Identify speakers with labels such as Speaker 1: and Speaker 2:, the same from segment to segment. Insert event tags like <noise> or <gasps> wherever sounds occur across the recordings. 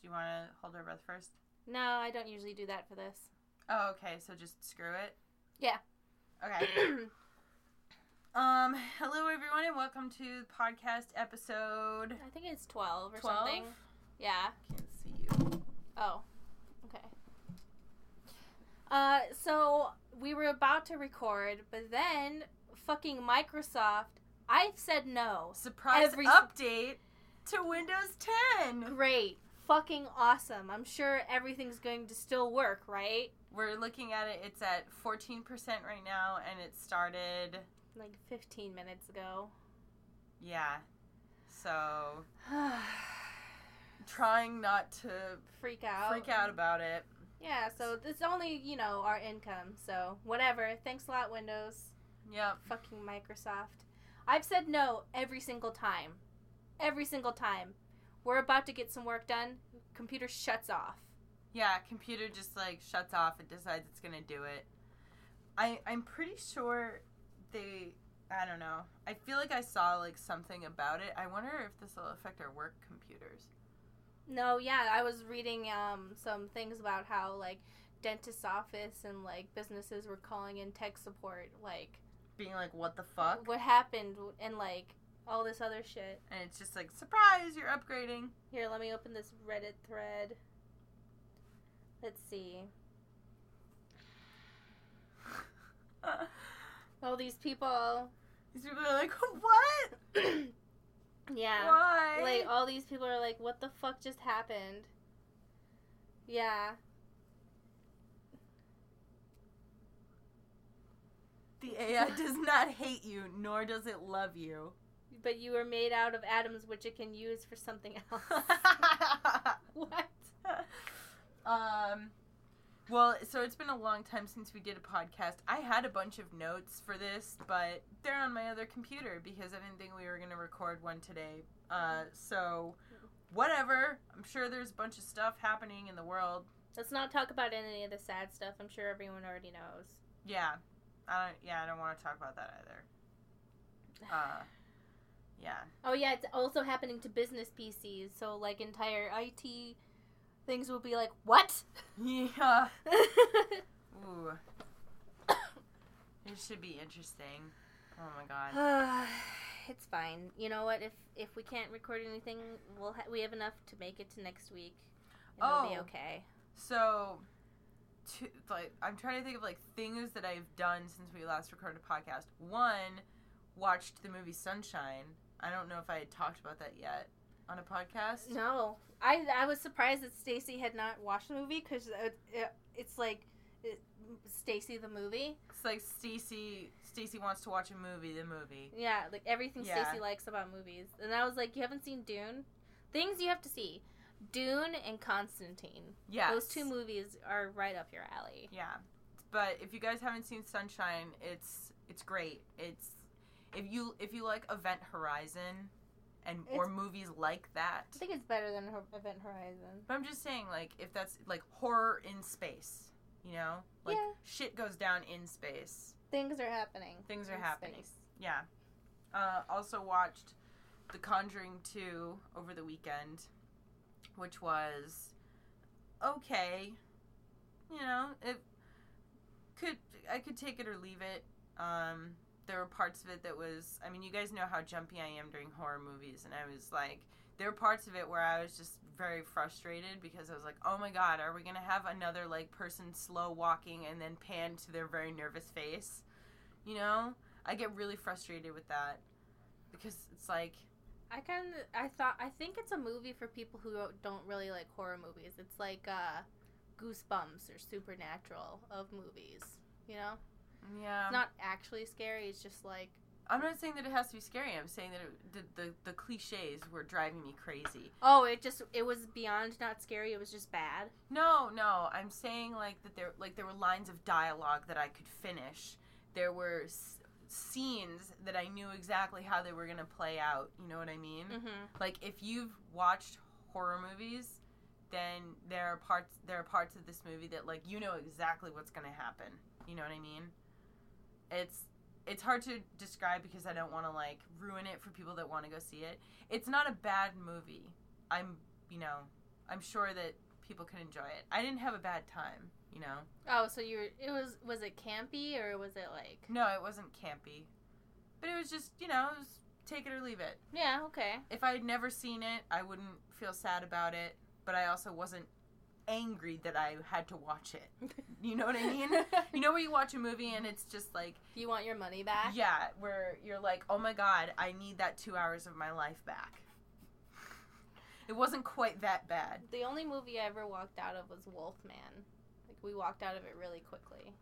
Speaker 1: Do you want to hold our breath first?
Speaker 2: No, I don't usually do that for this.
Speaker 1: Oh, okay. So just screw it.
Speaker 2: Yeah. <clears throat>
Speaker 1: Okay. um. Hello, everyone, and welcome to podcast episode
Speaker 2: I think it's 12 or
Speaker 1: twelve.
Speaker 2: something. Yeah.
Speaker 1: Can't see you.
Speaker 2: Oh. Okay. Uh so we were about to record, but then fucking Microsoft, I've said no.
Speaker 1: Surprise
Speaker 2: Every-
Speaker 1: update to Windows 10.
Speaker 2: Great. Fucking awesome. I'm sure everything's going to still work, right?
Speaker 1: We're looking at it. It's at 14% right now, and it started.
Speaker 2: Like 15
Speaker 1: <sighs>
Speaker 2: minutes ago.
Speaker 1: Yeah. So trying not to
Speaker 2: Freak out.
Speaker 1: freak out about it.
Speaker 2: Yeah, so it's only, you know, our income. So, whatever. Thanks a lot, Windows.
Speaker 1: Yep.
Speaker 2: fucking Microsoft. I've said no every single time. Every single time. We're about to get some work done. Computer shuts off.
Speaker 1: Yeah, computer just like shuts off. It decides it's gonna do it. I I'm pretty sure they. I don't know. I feel like I saw like something about it. I wonder if this will affect our work computers.
Speaker 2: No, yeah, I was reading um, some things about how like dentist's office and like businesses were calling in tech support, like
Speaker 1: Being like, what the fuck?
Speaker 2: what happened and like all this other shit.
Speaker 1: And it's just like, surprise, you're upgrading. <laughs>
Speaker 2: Here, let me open this Reddit thread. Let's see. All these people. <coughs>
Speaker 1: These people are like, <laughs> what?
Speaker 2: yeah.
Speaker 1: Why?
Speaker 2: Like oh. all these people are like, what the fuck just happened? Yeah.
Speaker 1: the AI does not hate you, nor does it love you. <laughs>
Speaker 2: But you were made out of atoms which it can use for something <laughs> else. what?
Speaker 1: <laughs> um well so it's been a long time since we did a podcast i had a bunch of notes for this but they're on my other computer because i didn't think we were going to record one today uh, so whatever i'm sure there's a bunch of stuff happening in the world
Speaker 2: Let's not talk about any of the sad stuff. I'm sure everyone already knows.
Speaker 1: yeah i don't yeah i don't want to talk about that either uh, yeah <laughs>
Speaker 2: Oh yeah, it's also happening to business PCs. So like entire IT things will be like, <laughs> what? <sighs>
Speaker 1: yeah ooh <coughs> it should be interesting oh my god
Speaker 2: it's fine. You know what? If if we can't record anything, we'll ha- we have enough to make it to next week. And it'll be
Speaker 1: Oh.
Speaker 2: okay.
Speaker 1: So, to, like, I'm trying to think of like things that I've done since we last recorded a podcast. One, watched the movie Sunshine. I don't know if I had talked about that yet on a podcast.
Speaker 2: No, I I was surprised that Stacy had not watched the movie because it, it, it's like it, Stacy the movie.
Speaker 1: It's like Stacy. Stacy wants to watch a movie. The movie.
Speaker 2: Yeah, like everything
Speaker 1: Yeah.
Speaker 2: Stacy likes about movies, and I was like, you haven't seen Dune? Things you have to see: Dune and Constantine.
Speaker 1: Yeah.
Speaker 2: Those two movies are right up your alley.
Speaker 1: Yeah, but if you guys haven't seen Sunshine, it's it's great. It's if you if you like Event Horizon, and or
Speaker 2: It's-
Speaker 1: movies like that.
Speaker 2: I think it's better than Ho- Event Horizon.
Speaker 1: But I'm just saying, like, if that's like horror in space, you know, like
Speaker 2: Yeah.
Speaker 1: shit goes down in space.
Speaker 2: Things are happening.
Speaker 1: Things are
Speaker 2: in
Speaker 1: happening.
Speaker 2: space.
Speaker 1: Yeah. Uh, also watched The Conjuring 2 over the weekend, which was okay. You know, it could I could take it or leave it. Um, there were parts of it that was I mean, you guys know how jumpy I am during horror movies, and I was like, there were parts of it where I was just very frustrated because I was like, oh my god, are we gonna have another like person slow walking and then pan to their very nervous face? You know, I get really frustrated with that because it's like,
Speaker 2: I kind of I thought I think it's a movie for people who don't really like horror movies. It's like uh, Goosebumps or Supernatural of movies. You know,
Speaker 1: yeah,
Speaker 2: it's not actually scary. It's just like
Speaker 1: I'm not saying that it has to be scary. I'm saying that it, the, the the cliches were driving me crazy.
Speaker 2: oh, it just it was beyond not scary. It was just bad.
Speaker 1: No, no, I'm saying like that there like there were lines of dialogue that I could finish. There were s- scenes that I knew exactly how they were gonna play out. You know what I mean?
Speaker 2: Mm-hmm.
Speaker 1: Like if you've watched horror movies, then there are parts there are parts of this movie that like you know exactly what's going to happen. You know what I mean? It's it's hard to describe because I don't want to like ruin it for people that want to go see it. It's not a bad movie. I'm, you know, I'm sure that people could enjoy it. I didn't have a bad time, you know.
Speaker 2: Oh, so you were, it was was it campy or was it like
Speaker 1: No, it wasn't campy, but it was just you know, it was take it or leave it.
Speaker 2: Yeah, okay.
Speaker 1: If I had never seen it, I wouldn't feel sad about it, but I also wasn't angry that I had to watch <laughs> it. You know what I mean?
Speaker 2: <laughs>
Speaker 1: you know where you watch a movie and it's just like
Speaker 2: you want your money back?
Speaker 1: yeah, where you're like, "Oh my god, I need that 2 hours of my life back." It wasn't quite that bad.
Speaker 2: The only movie I ever walked out of was Wolfman. Like we walked out of it really quickly.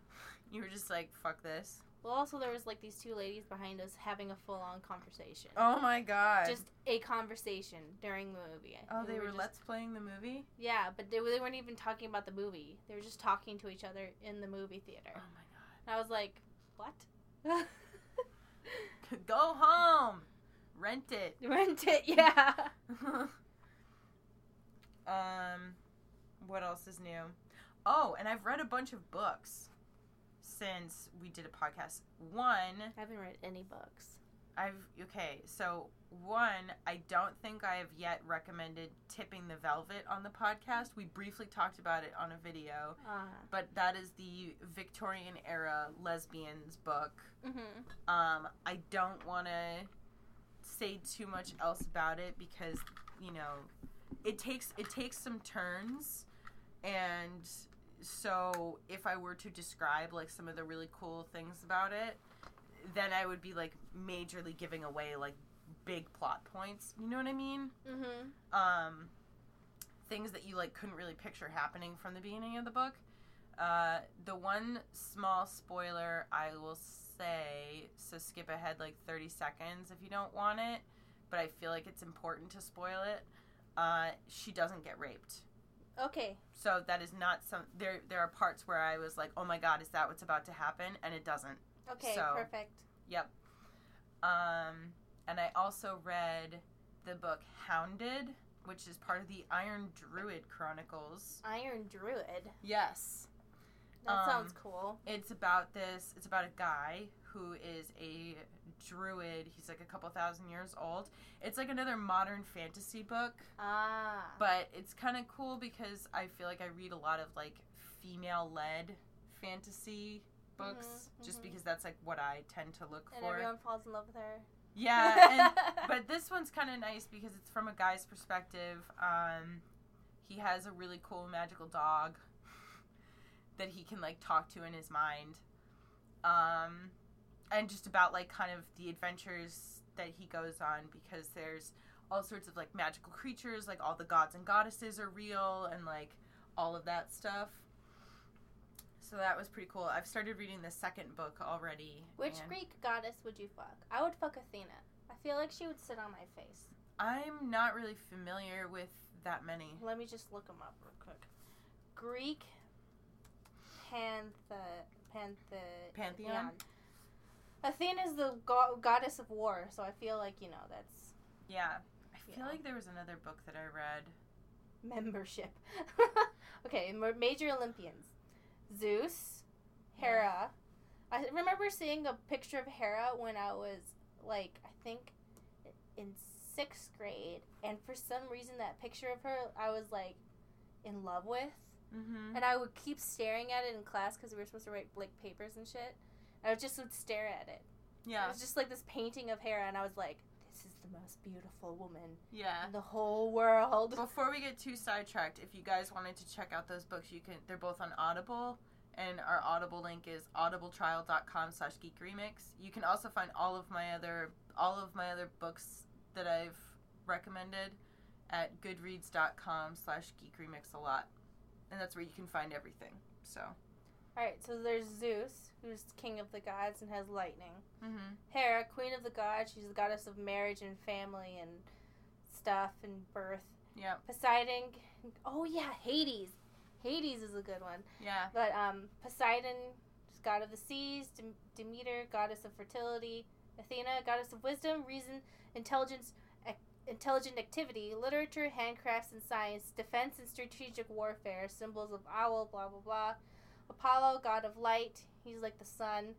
Speaker 1: You were just like, "Fuck this."
Speaker 2: Well, also there was like these two ladies behind us having a full-on conversation.
Speaker 1: Oh my god.
Speaker 2: Just a conversation during the movie.
Speaker 1: Oh, they
Speaker 2: We
Speaker 1: were,
Speaker 2: just-
Speaker 1: let's playing the movie.
Speaker 2: Yeah, but they, they weren't even talking about the movie. They were just talking to each other in the movie theater.
Speaker 1: Oh my
Speaker 2: And I was like, <laughs> "What?
Speaker 1: god. <laughs> Go home. Rent it.
Speaker 2: Rent it? <laughs> Yeah."
Speaker 1: <laughs> um what else is new? Oh, and I've read a bunch of books since we did a podcast. One,
Speaker 2: I haven't read any books.
Speaker 1: I've okay, so one, I don't think I have yet recommended Tipping the Velvet on the podcast. We briefly talked about it on a video,
Speaker 2: Uh,
Speaker 1: but that is the Victorian era lesbians book.
Speaker 2: mm-hmm.
Speaker 1: Um, I don't want to say too much else about it because you know it takes it takes some turns, and so if I were to describe like some of the really cool things about it, then I would be like majorly giving away like big plot points. You know what I mean?
Speaker 2: Mm-hmm.
Speaker 1: Um, things that you like couldn't really picture happening from the beginning of the book. Uh, the one small spoiler I will say, so skip ahead like 30 seconds if you don't want it, but I feel like it's important to spoil it. Uh, she doesn't get raped.
Speaker 2: Okay.
Speaker 1: So that is not some there there are parts where I was like, "Oh my god, is that what's about to happen?" and it doesn't.
Speaker 2: Okay.
Speaker 1: So-
Speaker 2: Perfect.
Speaker 1: Um and I also read the book Hounded, which is part of the Iron Druid Chronicles.
Speaker 2: Iron Druid.
Speaker 1: Yes.
Speaker 2: That
Speaker 1: Um,
Speaker 2: sounds cool.
Speaker 1: it's about this it's about a guy who is a druid he's like a couple thousand years old it's like another modern fantasy book
Speaker 2: Ah.
Speaker 1: but it's kind of cool because i feel like i read a lot of like female led fantasy books
Speaker 2: Mhm,
Speaker 1: just
Speaker 2: mhm.
Speaker 1: because that's like what i tend to look
Speaker 2: and
Speaker 1: for
Speaker 2: everyone falls in love with her. <laughs>
Speaker 1: yeah and, but this one's kind of nice because it's from a guy's perspective um he has a really cool magical dog that he can like talk to in his mind um and just about like kind of the adventures that he goes on because there's all sorts of like magical creatures like all the gods and goddesses are real and like all of that stuff so that was pretty cool i've started reading the second book already
Speaker 2: Which
Speaker 1: and-
Speaker 2: Greek goddess would you fuck? I would fuck Athena. I feel like she would sit on my face.
Speaker 1: I'm not really familiar with that many.
Speaker 2: Let me just look them up real quick. Greek panthe panthe
Speaker 1: Pantheon?
Speaker 2: Athena is the go- goddess of war, so I feel like you know that's
Speaker 1: Yeah. I feel
Speaker 2: Yeah.
Speaker 1: like there was another book that I read.
Speaker 2: membership. <laughs> okay, ma- major Olympians: Zeus, Hera. I remember seeing a picture of Hera when I was like I think in sixth grade, and for some reason that picture of her I was like in love with.
Speaker 1: Mm-hmm.
Speaker 2: And I would keep staring at it in class because we were supposed to write like papers and shit. I would just would stare at it. It
Speaker 1: Yeah.
Speaker 2: was just like this painting of Hera, and I was like, "This is the most beautiful woman
Speaker 1: Yeah. Mm-hmm.
Speaker 2: in the whole world."
Speaker 1: Before we get too sidetracked, if you guys wanted to check out those books, you can. They're both on Audible, and our Audible link is audibletrial.com/geekremix. You can also find all of my other all of my other books that I've recommended at goodreads.com/geekremix a lot, and that's where you can find everything. So.
Speaker 2: All right, so there's Zeus, who's king of the gods and has lightning.
Speaker 1: Mm-hmm.
Speaker 2: Hera, queen of the gods, she's the goddess of marriage and family and stuff and birth.
Speaker 1: Yeah.
Speaker 2: Poseidon, oh yeah, Hades. Hades is a good one.
Speaker 1: Yeah.
Speaker 2: But um, Poseidon, is god of the seas, Dem- Demeter, goddess of fertility, Athena, goddess of wisdom, reason, intelligence, ac- intelligent activity, literature, handcrafts, and science, defense and strategic warfare, symbols of owl, blah blah blah. Apollo, god of light, he's like the sun.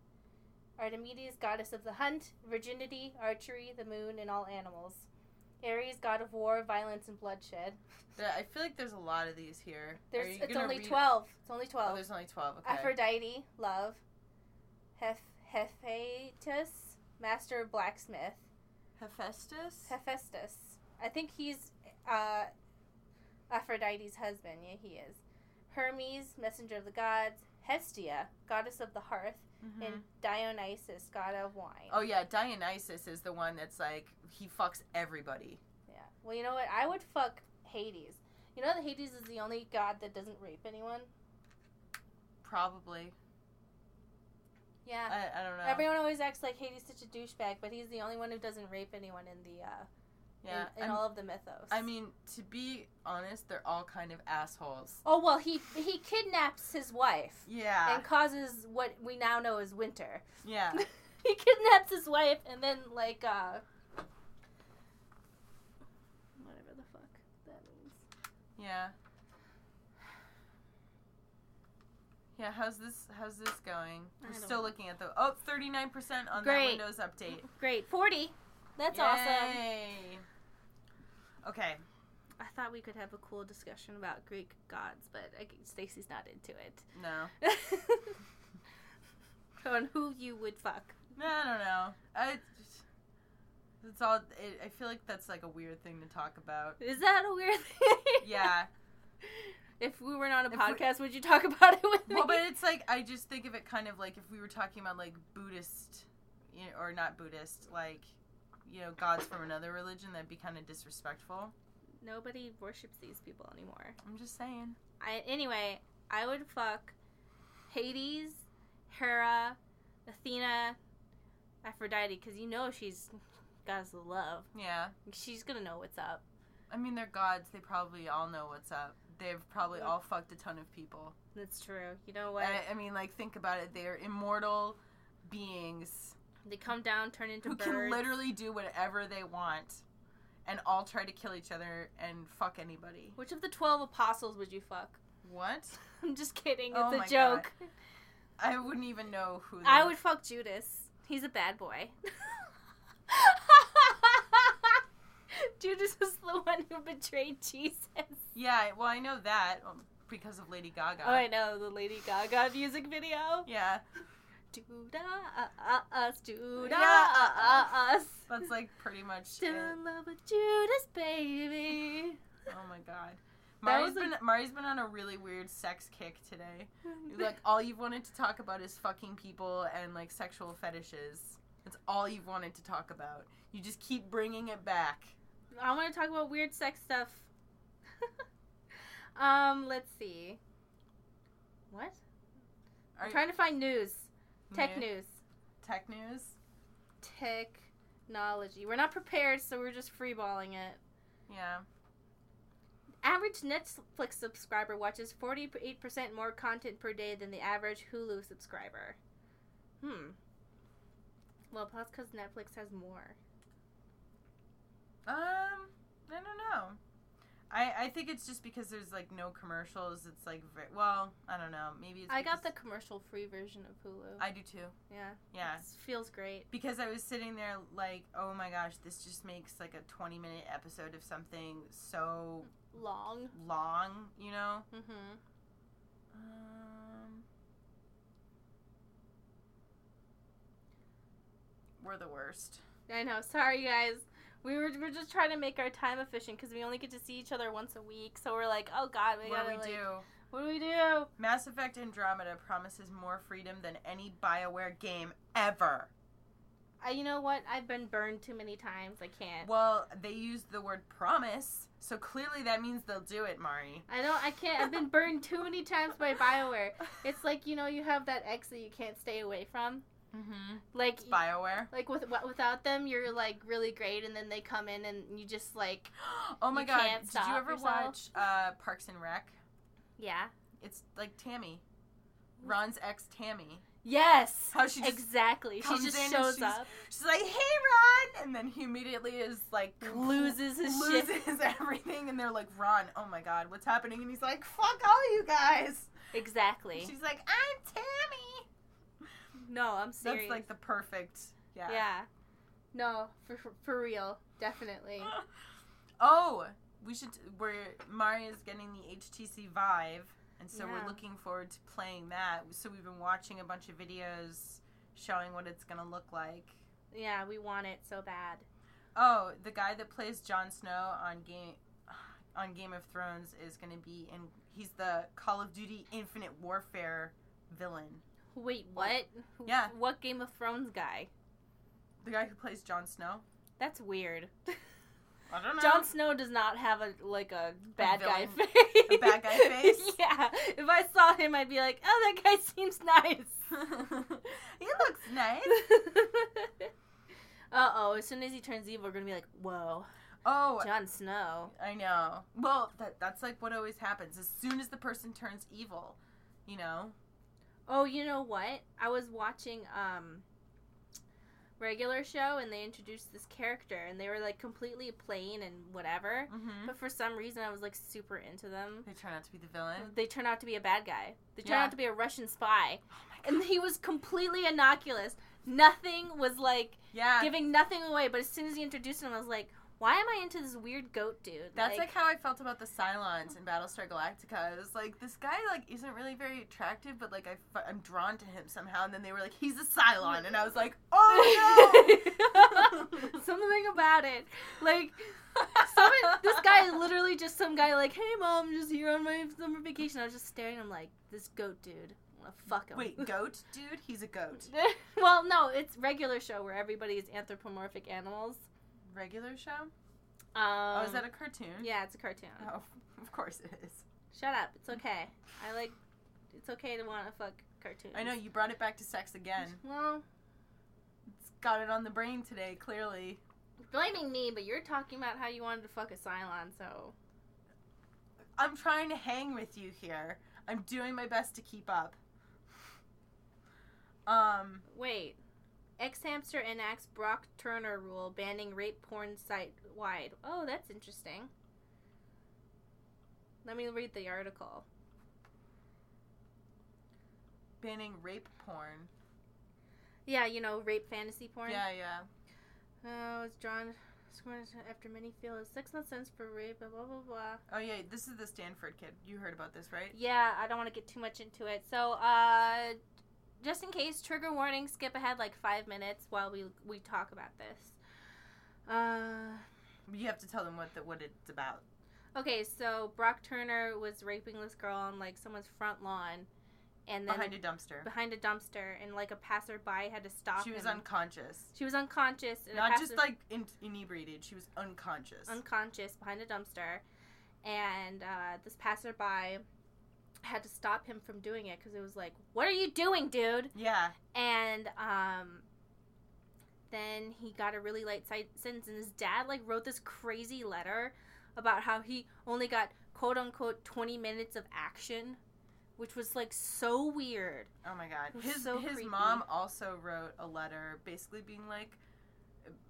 Speaker 2: Artemides, goddess of the hunt, virginity, archery, the moon, and all animals. Ares, god of war, violence, and bloodshed.
Speaker 1: There- I feel like there's a lot of these here. Are
Speaker 2: There's
Speaker 1: you
Speaker 2: it's
Speaker 1: gonna
Speaker 2: only
Speaker 1: read-
Speaker 2: twelve. It's only
Speaker 1: Oh,
Speaker 2: twelve.
Speaker 1: there's only twelve. Okay.
Speaker 2: Aphrodite, love. Heph- Hephaestus, master blacksmith.
Speaker 1: Hephaestus.
Speaker 2: Hephaestus. I think he's uh, Aphrodite's husband. Yeah, he is. Hermes, messenger of the gods. Hestia, goddess of the hearth,
Speaker 1: Mhm.
Speaker 2: and Dionysus, god of wine.
Speaker 1: Oh yeah, Dionysus is the one that's like he fucks everybody.
Speaker 2: Yeah. Well, you know what? I would fuck Hades. You know that Hades is the only god that doesn't rape anyone.
Speaker 1: Probably.
Speaker 2: Yeah.
Speaker 1: I, I don't know.
Speaker 2: Everyone always acts like Hades such a douchebag, but he's the only one who doesn't rape anyone in the uh,
Speaker 1: yeah.
Speaker 2: in, in
Speaker 1: I'm-
Speaker 2: all of the mythos.
Speaker 1: I mean, to be honest, they're all kind of assholes.
Speaker 2: oh well, he he kidnaps his wife
Speaker 1: Yeah.
Speaker 2: and causes what we now know as winter.
Speaker 1: <laughs>
Speaker 2: <laughs>
Speaker 1: yeah.
Speaker 2: he kidnaps his wife and then like uh, whatever the fuck that means.
Speaker 1: Yeah. Yeah, how's this how's this going?
Speaker 2: I
Speaker 1: We're
Speaker 2: don't
Speaker 1: still
Speaker 2: know.
Speaker 1: looking at the oh 39% on that
Speaker 2: Great.
Speaker 1: Windows update.
Speaker 2: Great, forty. That's awesome.
Speaker 1: Yay. Okay.
Speaker 2: I thought we could have a cool discussion about Greek gods, but I, Stacy's not into it.
Speaker 1: No.
Speaker 2: <laughs> On who you would fuck.
Speaker 1: No, I don't know. I it's all it, I feel like that's like a weird thing to talk
Speaker 2: <laughs>
Speaker 1: about.
Speaker 2: Is that a weird thing?
Speaker 1: Yeah.
Speaker 2: <laughs> If we weren't on a
Speaker 1: If we-
Speaker 2: podcast, would you talk about it with
Speaker 1: well,
Speaker 2: me?
Speaker 1: but it's like I just think of it kind of like if we were talking about like Buddhist, you know, or not Buddhist, like you know, gods from another religion, that'd be kind of disrespectful.
Speaker 2: Nobody worships these people anymore.
Speaker 1: I'm just saying.
Speaker 2: I anyway, I would fuck Hades, Hera, Athena, Aphrodite, because you know she's goddess of love.
Speaker 1: Yeah,
Speaker 2: She's gonna know what's up.
Speaker 1: I mean they're gods. They probably all know what's up. They've probably all fucked a ton of people.
Speaker 2: That's true. You know what?
Speaker 1: I, I mean, like think about it. They are immortal beings
Speaker 2: they come down, turn into
Speaker 1: who
Speaker 2: birds.
Speaker 1: can literally do whatever they want, and all try to kill each other and fuck anybody.
Speaker 2: Which of the twelve apostles would you fuck? <laughs>
Speaker 1: What?
Speaker 2: I'm just kidding. It's
Speaker 1: Oh my
Speaker 2: a joke.
Speaker 1: I wouldn't even know who.
Speaker 2: I
Speaker 1: they-
Speaker 2: would fuck Judas. He's a bad <laughs> boy. Judas was the one who betrayed Jesus.
Speaker 1: Yeah, well, I know that um, because of Lady Gaga.
Speaker 2: Oh, I know the Lady Gaga music video.
Speaker 1: Yeah,
Speaker 2: Judas, uh, us, Judas,
Speaker 1: Yeah.
Speaker 2: us.
Speaker 1: that's like pretty much
Speaker 2: Still
Speaker 1: it.
Speaker 2: in love with Judas, baby. <laughs>
Speaker 1: Oh my god.
Speaker 2: That
Speaker 1: Mari's
Speaker 2: was
Speaker 1: been Mari's been on a really weird sex kick today.
Speaker 2: <laughs>
Speaker 1: Like all you've wanted to talk about is fucking people and like sexual fetishes. That's all you've wanted to talk about. You just keep bringing it back.
Speaker 2: I want to talk about weird sex stuff. <laughs> um, let's see. What?
Speaker 1: Are
Speaker 2: I'm trying to find news. Tech
Speaker 1: New-
Speaker 2: news.
Speaker 1: Tech news.
Speaker 2: Technology. We're not prepared, so we're just freeballing it.
Speaker 1: Yeah.
Speaker 2: Average Netflix subscriber watches 48% more content per day than the average Hulu subscriber. Hmm. Well, that's because Netflix has more.
Speaker 1: Um, I don't know. I I think it's just because there's like no commercials. It's like very, well, I don't know. Maybe it's
Speaker 2: I got the
Speaker 1: because-
Speaker 2: commercial free version of Hulu.
Speaker 1: I do too.
Speaker 2: yeah.
Speaker 1: Yeah.
Speaker 2: It feels great.
Speaker 1: because I was sitting there like, oh my gosh, this just makes like a 20 minute episode of something so
Speaker 2: Long.
Speaker 1: long, you know?
Speaker 2: Mm hmm.
Speaker 1: Um, we're the worst.
Speaker 2: I know. Sorry, guys. We were, we're just trying to make our time efficient because we only get to see each other once a week. So we're like, oh God, we
Speaker 1: what do
Speaker 2: gotta
Speaker 1: we
Speaker 2: like,
Speaker 1: do?
Speaker 2: what do we do?
Speaker 1: Mass Effect Andromeda promises more freedom than any BioWare game ever.
Speaker 2: I, you know what? I've been burned too many times. I can't.
Speaker 1: Well, they used the word promise, so clearly that means they'll do it, Mari.
Speaker 2: I don't. I can't. I've been burned too many times by Bioware.
Speaker 1: <laughs>
Speaker 2: It's like you know, you have that ex that you can't stay away from.
Speaker 1: mm-hmm.
Speaker 2: Like,
Speaker 1: It's BioWare.
Speaker 2: like with wi- without them, you're like really great, and then they come in and you just like,
Speaker 1: oh my
Speaker 2: You
Speaker 1: god!
Speaker 2: can't
Speaker 1: Did you
Speaker 2: stop
Speaker 1: ever
Speaker 2: yourself.
Speaker 1: watch uh, Parks and Rec?
Speaker 2: yeah,
Speaker 1: It's like Tammy, Ron's ex Tammy.
Speaker 2: yes,
Speaker 1: How she just
Speaker 2: exactly. She
Speaker 1: comes
Speaker 2: just
Speaker 1: in and
Speaker 2: shows
Speaker 1: she's-
Speaker 2: up,
Speaker 1: she's like, "Hey, Ron," and then he immediately is like
Speaker 2: <laughs> loses his shit.
Speaker 1: loses <laughs> everything, and they're like, "Ron, oh my god, what's happening?" And he's like, "Fuck all you guys."
Speaker 2: Exactly.
Speaker 1: She's like, "I'm Tammy."
Speaker 2: no, I'm serious.
Speaker 1: That's like the perfect. Yeah.
Speaker 2: Yeah. No, for for- for real, definitely.
Speaker 1: oh, we should. We're Mario's getting the HTC Vive, and so
Speaker 2: Yeah.
Speaker 1: we're looking forward to playing that. So we've been watching a bunch of videos showing what it's gonna look like.
Speaker 2: Yeah, we want it so bad.
Speaker 1: Oh, the guy that plays Jon Snow on game <sighs> on Game of Thrones is gonna be in. He's the Call of Duty Infinite Warfare villain.
Speaker 2: Wait, what? Who-
Speaker 1: Yeah.
Speaker 2: What Game of Thrones guy?
Speaker 1: The guy who plays Jon Snow.
Speaker 2: That's weird. <laughs>
Speaker 1: I don't know.
Speaker 2: Jon Snow does not have a like a bad guy
Speaker 1: villain-
Speaker 2: face.
Speaker 1: a bad
Speaker 2: <laughs>
Speaker 1: guy face?
Speaker 2: yeah. If I saw him, I'd be like, oh, that guy <laughs> seems nice.
Speaker 1: <laughs> he looks nice.
Speaker 2: uh oh! As soon as he turns evil, we're gonna be like, whoa,
Speaker 1: Oh,
Speaker 2: Jon Snow.
Speaker 1: I know. Well, that that's like what always happens. As soon as the person turns evil, you know.
Speaker 2: Oh, you know what? I was watching um regular show and they introduced this character and they were like completely plain and whatever.
Speaker 1: Mm-hmm.
Speaker 2: But for some reason, I was like super into them.
Speaker 1: They try not to be the villain.
Speaker 2: They turn out to be a bad guy. They turn
Speaker 1: Yeah.
Speaker 2: out to be a Russian spy,
Speaker 1: Oh my
Speaker 2: <laughs> and he was completely innocuous. Nothing was like
Speaker 1: Yeah,
Speaker 2: giving nothing away. But as soon as he introduced him, I was like, why am I into this weird goat dude?
Speaker 1: that's like,
Speaker 2: <laughs>
Speaker 1: how I felt about the Cylons in Battlestar Galactica. It was like this guy like isn't really very attractive, but like I f- I'm drawn to him somehow. And then they were like, he's a Cylon, and I was like, oh no.
Speaker 2: <laughs> Something about it. Like, some, this
Speaker 1: <laughs>
Speaker 2: guy is literally just some guy, like, hey, mom, I'm just here on my summer vacation. I was just staring at him, like, this goat dude. I want to fuck him.
Speaker 1: Wait, goat, dude, he's a goat.
Speaker 2: <laughs> well, no, it's regular show where everybody is anthropomorphic animals.
Speaker 1: Regular show?
Speaker 2: Um,
Speaker 1: oh, is that a cartoon?
Speaker 2: Yeah, it's a cartoon.
Speaker 1: Oh, <laughs> of course it is.
Speaker 2: Shut up. It's okay. I like. It's okay to want to fuck cartoons.
Speaker 1: I know you brought it back to sex again.
Speaker 2: Well,
Speaker 1: It's got it on the brain today, clearly.
Speaker 2: blaming me, but you're talking about how you wanted to fuck a Cylon, so.
Speaker 1: I'm trying to hang with you here. I'm doing my best to keep up. Um,
Speaker 2: Wait. Ex hamster enacts Brock Turner rule banning rape porn site wide. Oh, that's interesting. Let me read the article.
Speaker 1: banning rape porn.
Speaker 2: Yeah, you know, rape fantasy porn.
Speaker 1: Yeah, yeah.
Speaker 2: Oh, it's drawn after many feels six months sentence for rape, blah, blah, blah, blah.
Speaker 1: Oh, yeah, this is the Stanford kid. You heard about this, right?
Speaker 2: Yeah, I don't want to get too much into it. So, uh, just in case, trigger warning, skip ahead like five minutes while we, we talk about this. Uh,
Speaker 1: You have to tell them what the, what it's about.
Speaker 2: Okay, so Brock Turner was raping this girl on like someone's front lawn, and then
Speaker 1: Behind a dumpster.
Speaker 2: behind a dumpster, and like a passerby had to stop.
Speaker 1: She was
Speaker 2: him.
Speaker 1: unconscious.
Speaker 2: She was unconscious. And a
Speaker 1: Not just
Speaker 2: passer-
Speaker 1: like in, inebriated, she was unconscious.
Speaker 2: unconscious behind a dumpster, and uh, this passerby had to stop him from doing it because it was like, "What are you doing, dude?"
Speaker 1: yeah.
Speaker 2: and um then he got a really light si- sentence and his dad like wrote this crazy letter about how he only got quote unquote 20 minutes of action which was like so weird
Speaker 1: Oh my god.
Speaker 2: was
Speaker 1: His
Speaker 2: so
Speaker 1: his
Speaker 2: creepy.
Speaker 1: mom also wrote a letter basically being like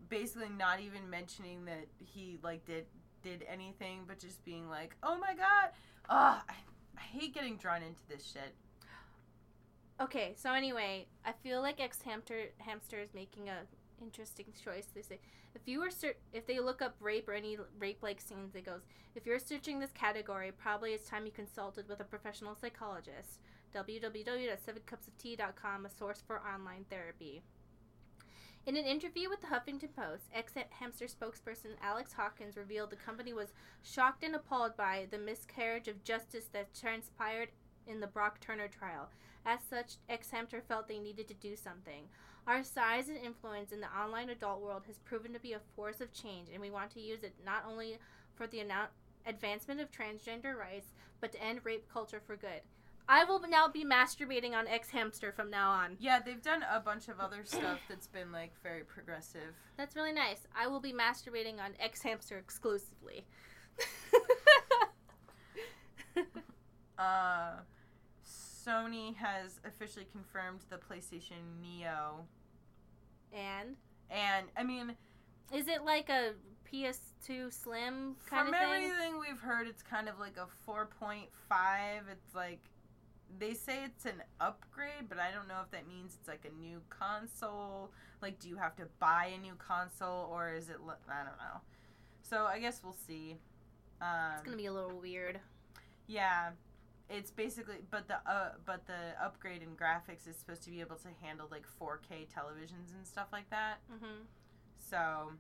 Speaker 1: basically not even mentioning that he like did did anything but just being like, "Oh my god. Ugh, I, I hate getting drawn into this shit."
Speaker 2: okay so anyway i feel like ex hamster hamster is making a interesting choice they say if you were ser- if they look up rape or any rape like scenes it goes if you're searching this category probably it's time you consulted with a professional psychologist www.sevenCupsoftea.com, a source for online therapy. In an interview with the Huffington Post, ex hamster spokesperson Alex Hawkins revealed the company was shocked and appalled by the miscarriage of justice that transpired in the Brock Turner trial. As such, ex hamster felt they needed to do something. Our size and influence in the online adult world has proven to be a force of change, and we want to use it not only for the annou- advancement of transgender rights, but to end rape culture for good. I will now be masturbating on ex hamster from now on.
Speaker 1: Yeah, they've done a bunch of other
Speaker 2: <coughs>
Speaker 1: stuff that's been like very progressive.
Speaker 2: That's really nice. I will be masturbating on X Hamster <laughs> exclusively.
Speaker 1: Uh Sony has officially confirmed the PlayStation Neo.
Speaker 2: and
Speaker 1: And I mean,
Speaker 2: is it like a PS2 Slim kind
Speaker 1: From
Speaker 2: of thing?
Speaker 1: everything we've heard, it's kind of like a 4.5. It's like they say it's an upgrade, but I don't know if that means it's like a new console. Like, do you have to buy a new console, or is it? li- I don't know. So I guess we'll see. Um,
Speaker 2: It's gonna be a little weird.
Speaker 1: yeah, it's basically, but the uh, but the upgrade in graphics is supposed to be able to handle like 4K televisions and stuff like that.
Speaker 2: Mm-hmm.
Speaker 1: So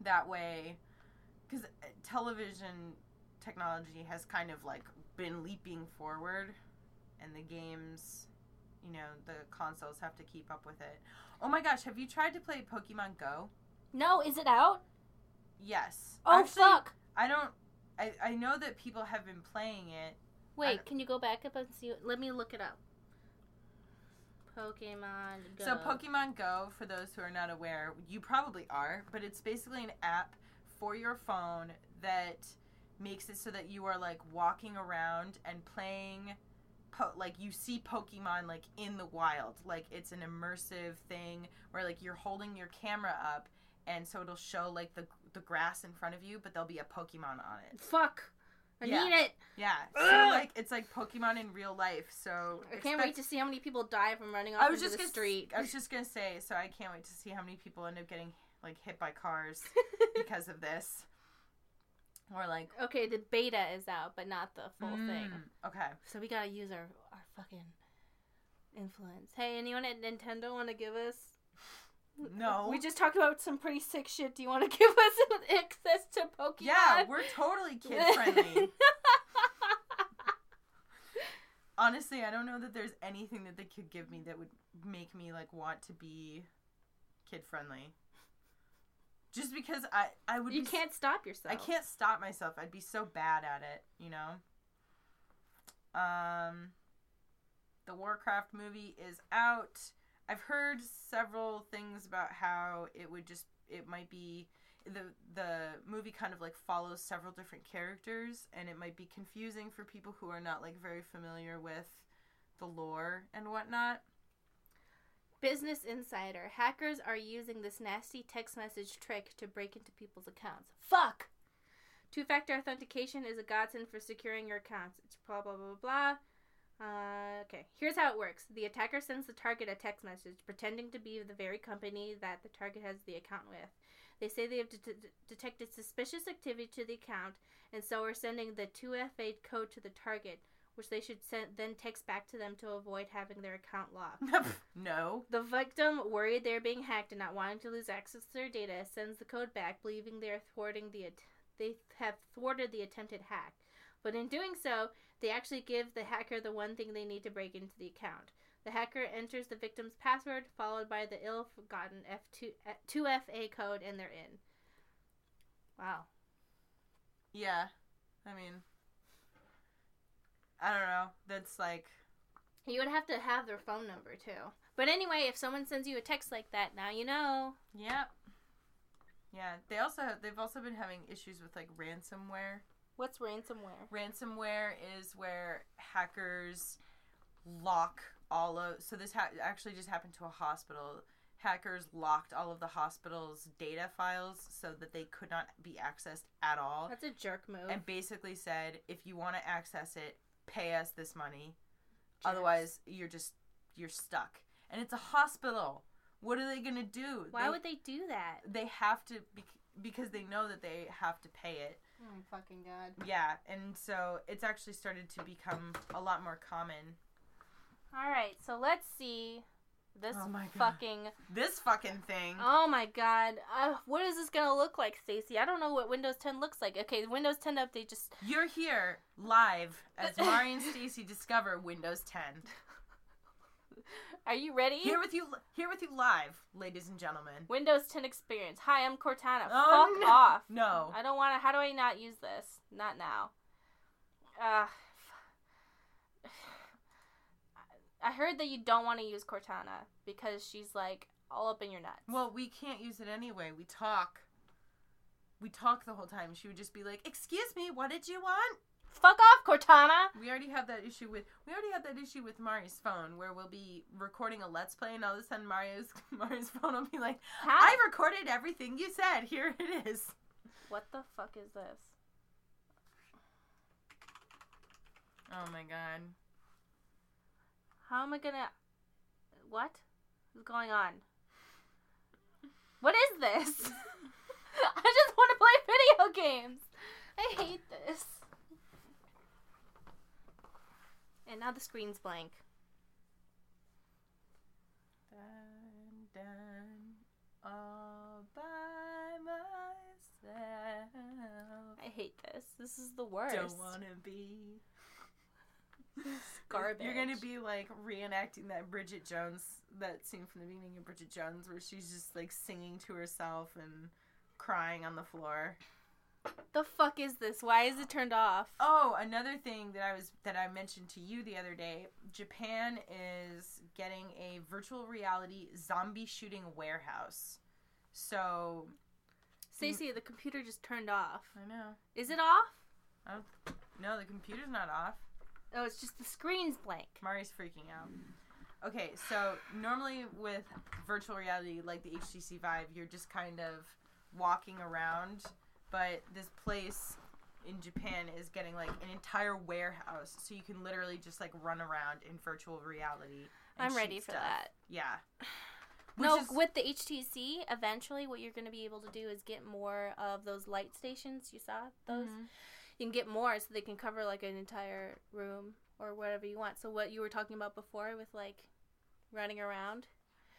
Speaker 1: that way, because television technology has kind of like been leaping forward, and the games, you know, the consoles have to keep up with it. Oh my gosh, have you tried to play Pokemon Go?
Speaker 2: No, is it out?
Speaker 1: Yes.
Speaker 2: Oh
Speaker 1: Actually,
Speaker 2: fuck!
Speaker 1: I don't. I, I know that people have been playing it.
Speaker 2: Wait, can you go back up and see? Let me look it up. Pokemon Go.
Speaker 1: So Pokemon Go, for those who are not aware, you probably are, but it's basically an app for your phone that makes it so that you are like walking around and playing po- like you see Pokemon like in the wild. Like it's an immersive thing where like you're holding your camera up and so it'll show like the the grass in front of you, but there'll be a Pokemon on it.
Speaker 2: Fuck! I
Speaker 1: Yeah.
Speaker 2: need it.
Speaker 1: Yeah. So
Speaker 2: Ugh.
Speaker 1: like it's like Pokemon in real life. So
Speaker 2: I can't wait to see how many people die from running off
Speaker 1: I was
Speaker 2: into
Speaker 1: just
Speaker 2: the
Speaker 1: gonna,
Speaker 2: street.
Speaker 1: I was just gonna say, so I can't wait to see how many people end up getting like hit by
Speaker 2: <laughs>
Speaker 1: cars because of this, or like
Speaker 2: okay, the beta is out, but not the full thing.
Speaker 1: mm, Okay,
Speaker 2: So we gotta use our our fucking influence. Hey, anyone at Nintendo want to give us?
Speaker 1: no,
Speaker 2: We just talked about some pretty sick shit. Do you want to <laughs> give us access to Pokemon?
Speaker 1: yeah, we're
Speaker 2: <laughs>
Speaker 1: totally kid friendly. Honestly, I don't know that there's anything that they could give me that would make me like want to be kid friendly. Just because I I would
Speaker 2: you
Speaker 1: be s-
Speaker 2: can't stop yourself.
Speaker 1: I can't stop myself. I'd be so bad at it, you know. Um, the Warcraft movie is out. I've heard several things about how it would just it might be the the movie kind of like follows several different characters and it might be confusing for people who are not like very familiar with the lore and whatnot. <laughs>
Speaker 2: Business Insider: Hackers are using this nasty text message trick to break into people's accounts. Fuck. Two-factor authentication is a godsend for securing your accounts. It's blah blah blah blah. blah. Uh, okay, here's how it works: the attacker sends the target a text message pretending to be the very company that the target has the account with. They say they have det- det- detected suspicious activity to the account, and so are sending the 2FA code to the target, which they should send, then text back to them to avoid having their account locked.
Speaker 1: no.
Speaker 2: The victim, worried they're being hacked and not wanting to lose access to their data, sends the code back, believing they are thwarting the att- they have thwarted the attempted hack. But in doing so, they actually give the hacker the one thing they need to break into the account. The hacker enters the victim's password, followed by the ill-forgotten F2 uh, 2FA code, and they're in. Wow.
Speaker 1: Yeah. I mean I don't know. That's like
Speaker 2: You would have to have their phone number too. But anyway, if someone sends you a text like that, now you know.
Speaker 1: Yep. Yeah, they also they've also been having issues with like ransomware.
Speaker 2: What's ransomware?
Speaker 1: Ransomware is where hackers lock all of so this ha- actually just happened to a hospital. Hackers locked all of the hospital's data files so that they could not be accessed at all
Speaker 2: That's a jerk move.
Speaker 1: and basically said if you want to access it, pay us this money.
Speaker 2: Jerks.
Speaker 1: Otherwise, you're just you're stuck. And it's a hospital. What are they going to do?
Speaker 2: Why
Speaker 1: They-
Speaker 2: would they do that?
Speaker 1: they have to bec- because they know that they have to pay it.
Speaker 2: Oh my fucking god.
Speaker 1: Yeah, and so it's actually started to become a lot more common.
Speaker 2: Alright, so let's see this
Speaker 1: Oh my God.
Speaker 2: fucking.
Speaker 1: This fucking thing.
Speaker 2: Oh my god. Uh, what is this gonna look like, Stacey? I don't know what Windows 10 looks like. Okay, Windows 10 update just.
Speaker 1: You're here live as
Speaker 2: <laughs>
Speaker 1: Mari and Stacy discover Windows 10.
Speaker 2: Are you ready?
Speaker 1: Here with you here with you live, ladies and gentlemen.
Speaker 2: Windows 10 experience. Hi, I'm Cortana.
Speaker 1: Oh,
Speaker 2: Fuck
Speaker 1: no.
Speaker 2: off.
Speaker 1: No.
Speaker 2: I don't wanna. How do I not use this? Not now. Uh. f- <sighs> I heard that you don't want to use Cortana because she's like all up in your nuts.
Speaker 1: Well, we can't use it anyway. We talk. We talk the whole time. She would just be like, "Excuse me, what did you want?"
Speaker 2: fuck off, Cortana!
Speaker 1: We already have that issue with we already had that issue with Mari's phone where we'll be recording a let's play and all of a sudden Mario's <laughs> Mario's phone will be like,
Speaker 2: How?
Speaker 1: I recorded everything you said. Here it is.
Speaker 2: What the fuck is this?
Speaker 1: Oh my god.
Speaker 2: How am I gonna? What is going on? What is this? <laughs> I just want to play video games. I hate this. And now the screen's blank.
Speaker 1: Dun, dun, all by myself.
Speaker 2: I hate this. This is the worst.
Speaker 1: Don't
Speaker 2: <laughs>
Speaker 1: wanna be.
Speaker 2: Garbage.
Speaker 1: You're gonna be like reenacting that Bridget Jones that scene from the beginning of Bridget Jones where she's just like singing to herself and crying on the floor.
Speaker 2: The fuck is this? Why is it turned off?
Speaker 1: Oh, another thing that I was that I mentioned to you the other day, Japan is getting a virtual reality zombie shooting warehouse. So
Speaker 2: Stacey, the computer just turned off.
Speaker 1: I know.
Speaker 2: Is it off?
Speaker 1: No, the computer's not off.
Speaker 2: Oh, it's just the screen's blank.
Speaker 1: Mari's freaking out. Okay, so normally with virtual reality like the HTC Vive, you're just kind of walking around, but this place in Japan is getting like an entire warehouse, so you can literally just like run around in virtual reality. and
Speaker 2: I'm ready
Speaker 1: shoot
Speaker 2: for
Speaker 1: stuff.
Speaker 2: that. <sighs>
Speaker 1: Yeah.
Speaker 2: no,
Speaker 1: Which is-
Speaker 2: with the HTC, eventually what you're going to be able to do is get more of those light stations. You saw those?
Speaker 1: Mhm.
Speaker 2: You can get more so they can cover like an entire room or whatever you want. So what you were talking about before with like running around,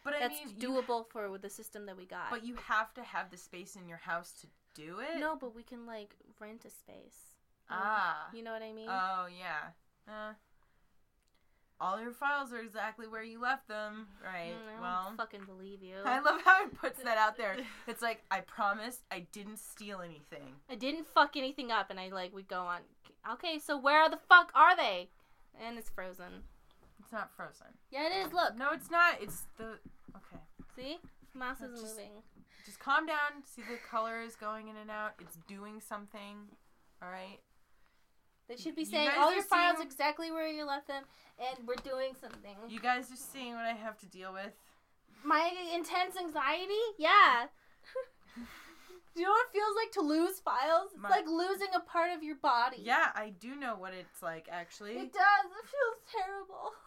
Speaker 1: but I
Speaker 2: that's
Speaker 1: mean, you-
Speaker 2: doable for the system that we got.
Speaker 1: but you have to have the space in your house to do it.
Speaker 2: no, but we can like rent a space.
Speaker 1: Ah.
Speaker 2: You know what I mean?
Speaker 1: Oh yeah. Uh, all your files are exactly where you left them. Right.
Speaker 2: Mm, I don't
Speaker 1: well,
Speaker 2: fucking believe you.
Speaker 1: <laughs> I love how it puts that out there. It's like I promise I didn't steal anything.
Speaker 2: I didn't fuck anything up, and I like we go on. Okay, so where the fuck are they? And it's frozen.
Speaker 1: It's not frozen.
Speaker 2: Yeah, it is. Look,
Speaker 1: No, it's not. It's the okay.
Speaker 2: see, mouse is
Speaker 1: That's just-
Speaker 2: moving.
Speaker 1: Just calm down. See the color is going in and out. It's doing something. All right.
Speaker 2: They should be
Speaker 1: you
Speaker 2: saying
Speaker 1: guys
Speaker 2: all
Speaker 1: are
Speaker 2: your files
Speaker 1: seeing-
Speaker 2: exactly where you left them, and we're doing something.
Speaker 1: You guys are seeing what I have to deal with.
Speaker 2: My intense anxiety.
Speaker 1: <laughs>
Speaker 2: Yeah. Do you know what it feels like to lose files? It's
Speaker 1: My-
Speaker 2: like losing a part of your body.
Speaker 1: Yeah, I do know what it's like actually. <laughs>
Speaker 2: It does. It feels terrible. <laughs>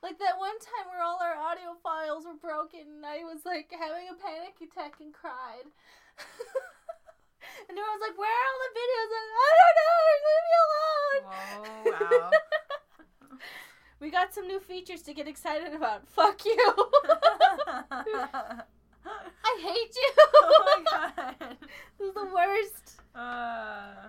Speaker 2: Like that one time where all our audio files were broken and I was like having a panic attack and cried. <laughs> and everyone was like, Where are all the videos? And I don't know, leave me
Speaker 1: Whoa,
Speaker 2: alone.
Speaker 1: wow.
Speaker 2: <laughs> we got some new features to get excited about. Fuck
Speaker 1: <laughs>
Speaker 2: you. I hate you.
Speaker 1: oh my god.
Speaker 2: <laughs> this is the worst.
Speaker 1: Uh,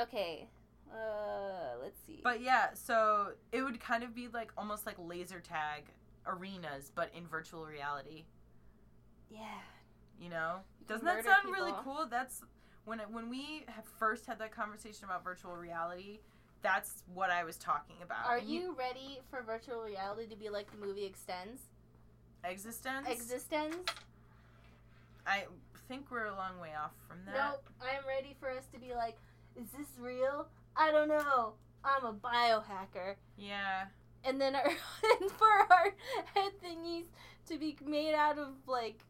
Speaker 2: Okay. Uh let's see.
Speaker 1: but yeah, so it would kind of be like almost like laser tag arenas, but in virtual reality.
Speaker 2: yeah.
Speaker 1: You know, doesn't that
Speaker 2: murder
Speaker 1: sound really
Speaker 2: people.
Speaker 1: cool? That's when it, when we have first had that conversation about virtual reality. That's what I was talking about.
Speaker 2: Are
Speaker 1: And
Speaker 2: you ready for virtual reality to be like the movie Extends?
Speaker 1: existence?
Speaker 2: Existence?
Speaker 1: I think we're a long way off from that.
Speaker 2: Nope. I'm ready for us to be like, is this real? I don't know. I'm a biohacker.
Speaker 1: Yeah.
Speaker 2: And then our <laughs> and for our head thingies to be made out of like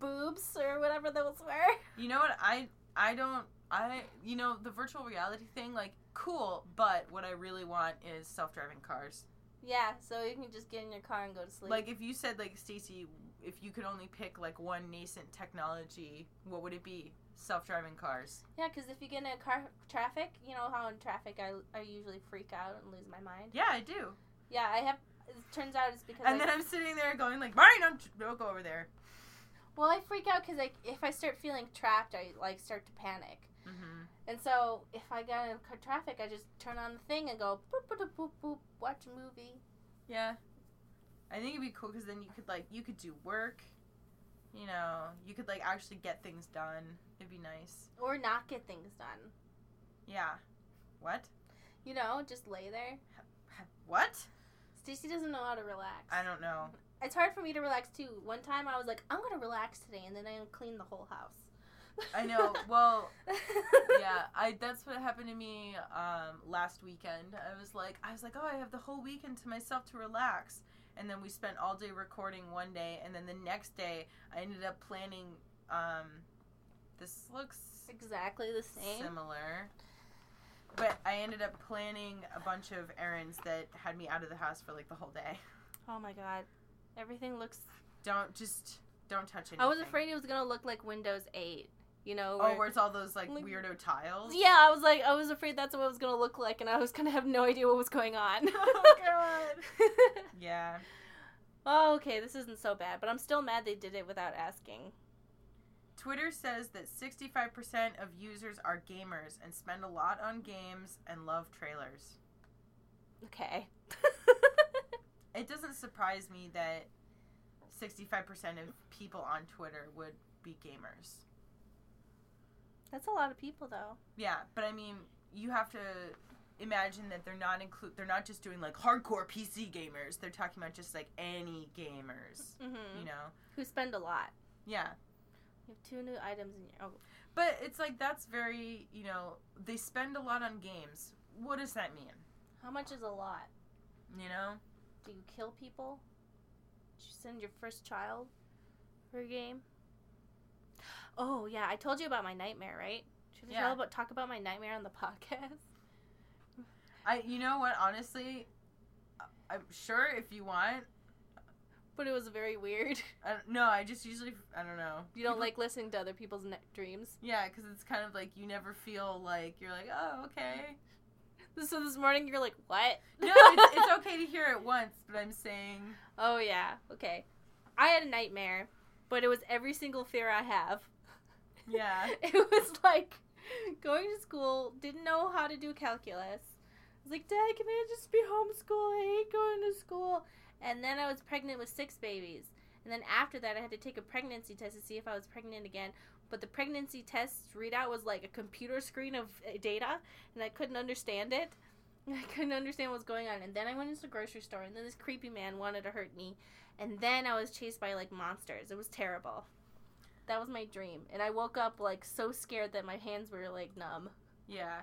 Speaker 2: boobs or whatever those were. <laughs>
Speaker 1: You know what? I I don't I you know the virtual reality thing like cool, but what I really want is self-driving cars.
Speaker 2: Yeah, so you can just get in your car and go to sleep.
Speaker 1: Like if you said like Stacy, if you could only pick like one nascent technology, what would it be? Self-driving cars.
Speaker 2: yeah, because if you get in a car traffic, you know how in traffic I, I usually freak out and lose my mind.
Speaker 1: Yeah, I do.
Speaker 2: Yeah, I have. It turns out it's because I
Speaker 1: And then I'm sitting there going like, Mari, don't, don't go over there.
Speaker 2: well I freak out because like if I start feeling trapped, I like start to panic.
Speaker 1: hmm
Speaker 2: And so if I got in car traffic, I just turn on the thing and go boop boop boop boop, watch a movie.
Speaker 1: Yeah, I think it'd be cool because then you could like you could do work. You know, you could like actually get things done. It'd be nice.
Speaker 2: Or not get things done.
Speaker 1: Yeah. What?
Speaker 2: You know, just lay there.
Speaker 1: What?
Speaker 2: Stacy doesn't know how to relax.
Speaker 1: I don't know.
Speaker 2: It's hard for me to relax too. One time I was like, I'm gonna relax today and then I clean the whole house.
Speaker 1: I
Speaker 2: <laughs>
Speaker 1: know. Well, yeah, I that's what happened to me um, last weekend. I was like, I was like, oh, I have the whole weekend to myself to relax. And then we spent all day recording one day, and then the next day I ended up planning. Um, this looks
Speaker 2: Exactly the same.
Speaker 1: similar, but I ended up planning a bunch of errands that had me out of the house for like the whole day.
Speaker 2: Oh my god. Everything looks.
Speaker 1: Don't just don't touch anything.
Speaker 2: I was afraid it was gonna look like Windows 8. You know?
Speaker 1: Oh, where it's all those like
Speaker 2: Like-
Speaker 1: weirdo tiles.
Speaker 2: yeah, I was like, I was afraid that's what it was gonna look like, and I was gonna have no idea what was going on. <laughs>
Speaker 1: Oh, God. Yeah.
Speaker 2: oh, okay, this isn't so bad, but I'm still mad they did it without asking.
Speaker 1: Twitter says that 65% of users are gamers and spend a lot on games and love trailers.
Speaker 2: Okay.
Speaker 1: It doesn't surprise me that 65% of people on Twitter would be gamers.
Speaker 2: that's a lot of people, though.
Speaker 1: Yeah, but I mean, you have to imagine that they're not include they're not just doing like hardcore PC gamers. They're talking about just like any gamers,
Speaker 2: Mm-hmm.
Speaker 1: you know.
Speaker 2: Who spend a lot.
Speaker 1: Yeah.
Speaker 2: You have two new items in your. Oh,
Speaker 1: But it's like that's very, you know, they spend a lot on games. What does that mean?
Speaker 2: how much is a lot?
Speaker 1: You know?
Speaker 2: Do you kill people? Did you send your first child for a game? Oh yeah, I told you about my nightmare, right? Should we
Speaker 1: Yeah.
Speaker 2: tell about talk about my nightmare on the <laughs> podcast?
Speaker 1: I you know what, honestly, I- I'm sure if you want.
Speaker 2: But it was very weird.
Speaker 1: I don't, no, I just usually I don't know.
Speaker 2: You don't like listening to other people's ni- dreams.
Speaker 1: Yeah, cuz it's kind of like you never feel like you're like, "Oh, okay."
Speaker 2: So this morning you're like, what? <laughs>
Speaker 1: No, it's, it's okay to hear it once, but I'm saying
Speaker 2: Oh yeah, okay. I had a nightmare, but it was every single fear I have.
Speaker 1: yeah.
Speaker 2: <laughs> it was like going to school, didn't know how to do calculus. I was like, Dad, can I just be homeschooled? I hate going to school. And then I was pregnant with six babies. And then after that, I had to take a pregnancy test to see if I was pregnant again. But the pregnancy test readout was like a computer screen of uh, data, and I couldn't understand it. <laughs> I couldn't understand what was going on. And then I went into the grocery store, and then this creepy man wanted to hurt me. And then I was chased by like monsters. It was terrible. That was my dream. And I woke up like so scared that my hands were like numb.
Speaker 1: Yeah.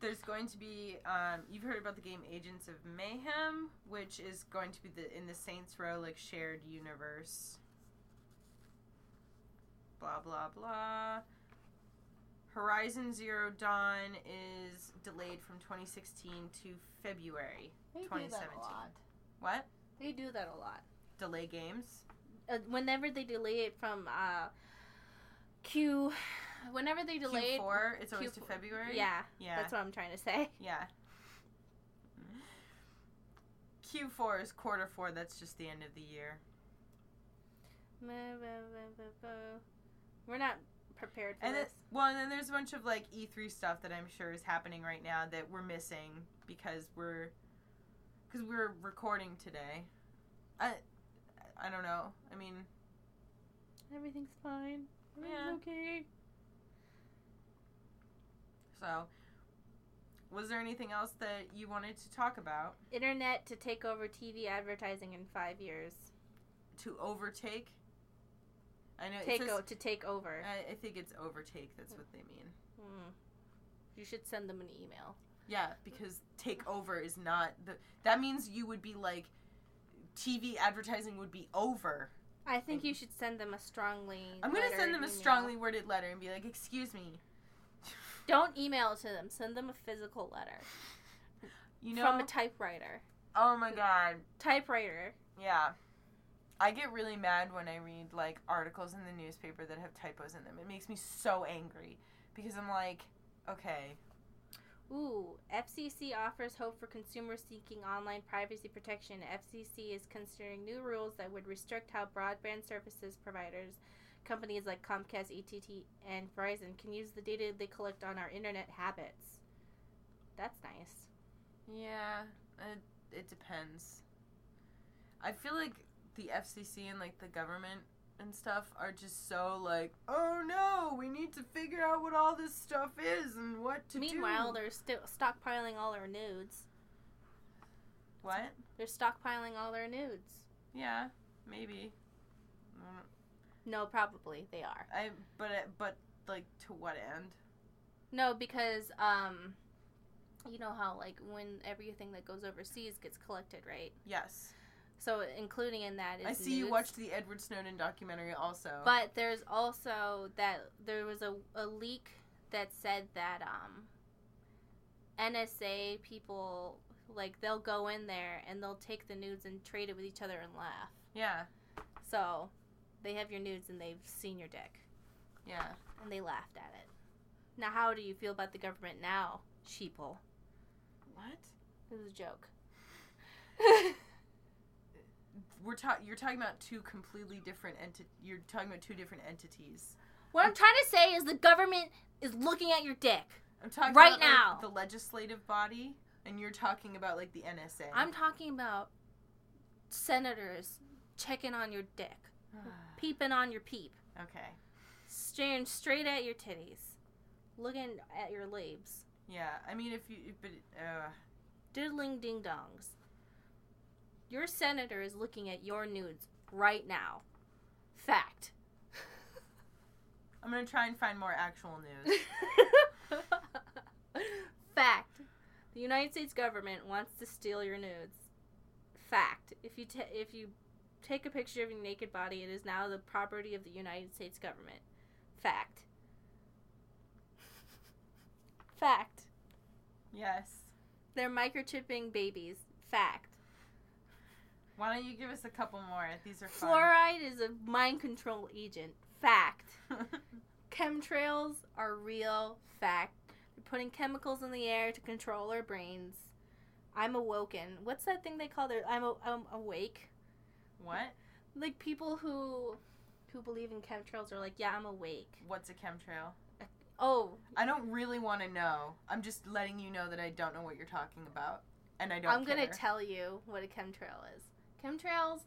Speaker 1: There's going to be um, you've heard about the game Agents of Mayhem, which is going to be the in the Saints Row like shared universe. Blah blah blah. Horizon Zero Dawn is delayed from 2016 to February.
Speaker 2: They do that
Speaker 1: 2017.
Speaker 2: a lot.
Speaker 1: What?
Speaker 2: They do that a lot.
Speaker 1: Delay games?
Speaker 2: Uh, whenever they delay it from uh, Q, whenever they delay it,
Speaker 1: Q4? It's always to
Speaker 2: Q4.
Speaker 1: February?
Speaker 2: yeah,
Speaker 1: Yeah.
Speaker 2: that's what I'm trying to say. <laughs>
Speaker 1: Yeah. Q4 is quarter four. That's just the end of the year.
Speaker 2: We're not prepared for
Speaker 1: And then,
Speaker 2: this.
Speaker 1: well, and then there's a bunch of like E3 stuff that I'm sure is happening right now that we're missing because we're because we're recording today. I I don't know. I mean,
Speaker 2: Everything's fine. Everything's
Speaker 1: Yeah.
Speaker 2: okay.
Speaker 1: so was there anything else that you wanted to talk about
Speaker 2: Internet to take over TV advertising in five years.
Speaker 1: to overtake? I know
Speaker 2: Take
Speaker 1: it
Speaker 2: o-
Speaker 1: says,
Speaker 2: to take over.
Speaker 1: I, I think it's overtake. That's what they mean.
Speaker 2: Mm. You should send them an email.
Speaker 1: Yeah, because takeover is not the. That means you would be like, TV advertising would be over.
Speaker 2: I think you should send them a strongly.
Speaker 1: I'm gonna
Speaker 2: lettered
Speaker 1: send them a
Speaker 2: email.
Speaker 1: strongly worded letter and be like, "Excuse me,
Speaker 2: Don't email it to them. Send them a physical letter
Speaker 1: you know."
Speaker 2: from a typewriter.
Speaker 1: oh my god,
Speaker 2: Typewriter.
Speaker 1: yeah. I get really mad when I read like articles in the newspaper that have typos in them. It makes me so angry because I'm like, okay,
Speaker 2: Ooh, FCC offers hope for consumers seeking online privacy protection. FCC is considering new rules that would restrict how broadband services providers, companies like Comcast, AT&T, and Verizon, can use the data they collect on our internet habits. That's nice.
Speaker 1: yeah, it it depends. I feel like the FCC and like the government and stuff are just so like, oh no, we need to figure out what all this stuff is and what to
Speaker 2: Meanwhile,
Speaker 1: do.
Speaker 2: they're still stockpiling all our nudes.
Speaker 1: what?
Speaker 2: They're stockpiling all our nudes.
Speaker 1: Yeah, maybe. I don't
Speaker 2: No, probably they are.
Speaker 1: I but it, but like to what end?
Speaker 2: No, because um, you know how like when everything that goes overseas gets collected, right?
Speaker 1: Yes,
Speaker 2: So including in that is
Speaker 1: I see you
Speaker 2: nudes.
Speaker 1: watched the Edward Snowden documentary also.
Speaker 2: But there's also that there was a, a leak that said that um, NSA people like they'll go in there and they'll take the nudes and trade it with each other and laugh.
Speaker 1: Yeah.
Speaker 2: So they have your nudes and they've seen your dick
Speaker 1: Yeah.
Speaker 2: and they laughed at it. Now how do you feel about the government now, sheeple?
Speaker 1: What?
Speaker 2: It was a joke.
Speaker 1: We're ta- you're talking about two completely different enti- you're talking about two different entities.
Speaker 2: <laughs> what I'm trying to say is the government is looking at your dick.
Speaker 1: I'm talking
Speaker 2: Right
Speaker 1: about, like,
Speaker 2: now.
Speaker 1: the legislative body and you're talking about like the NSA.
Speaker 2: I'm talking about senators checking on your dick, peeping on your peep,
Speaker 1: <sighs> okay.
Speaker 2: staring straight at your titties, looking at your labes,
Speaker 1: Yeah. I mean if you if- but uh
Speaker 2: diddling ding dongs. Your senator is looking at your nudes right now. Fact.
Speaker 1: I'm going to try and find more actual
Speaker 2: <laughs>
Speaker 1: news.
Speaker 2: Fact. The United States government wants to steal your nudes. Fact. If you ta if you take a picture of your naked body, it is now the property of the United States government. Fact. Fact.
Speaker 1: yes.
Speaker 2: They're microchipping babies. Fact.
Speaker 1: Why don't you give us a couple more? These are fun.
Speaker 2: Fluoride is a mind control agent. Fact. Chemtrails are real fact. They're putting chemicals in the air to control our brains. I'm awoken. What's that thing they call their I'm, a, I'm awake?
Speaker 1: <laughs> what?
Speaker 2: Like people who who believe in chemtrails are like, yeah, I'm awake.
Speaker 1: What's a chemtrail?
Speaker 2: Oh,
Speaker 1: I don't really want to know. I'm just letting you know that I don't know what you're talking about, and I don't.
Speaker 2: I'm gonna
Speaker 1: care.
Speaker 2: tell you what a chemtrail is. Chemtrails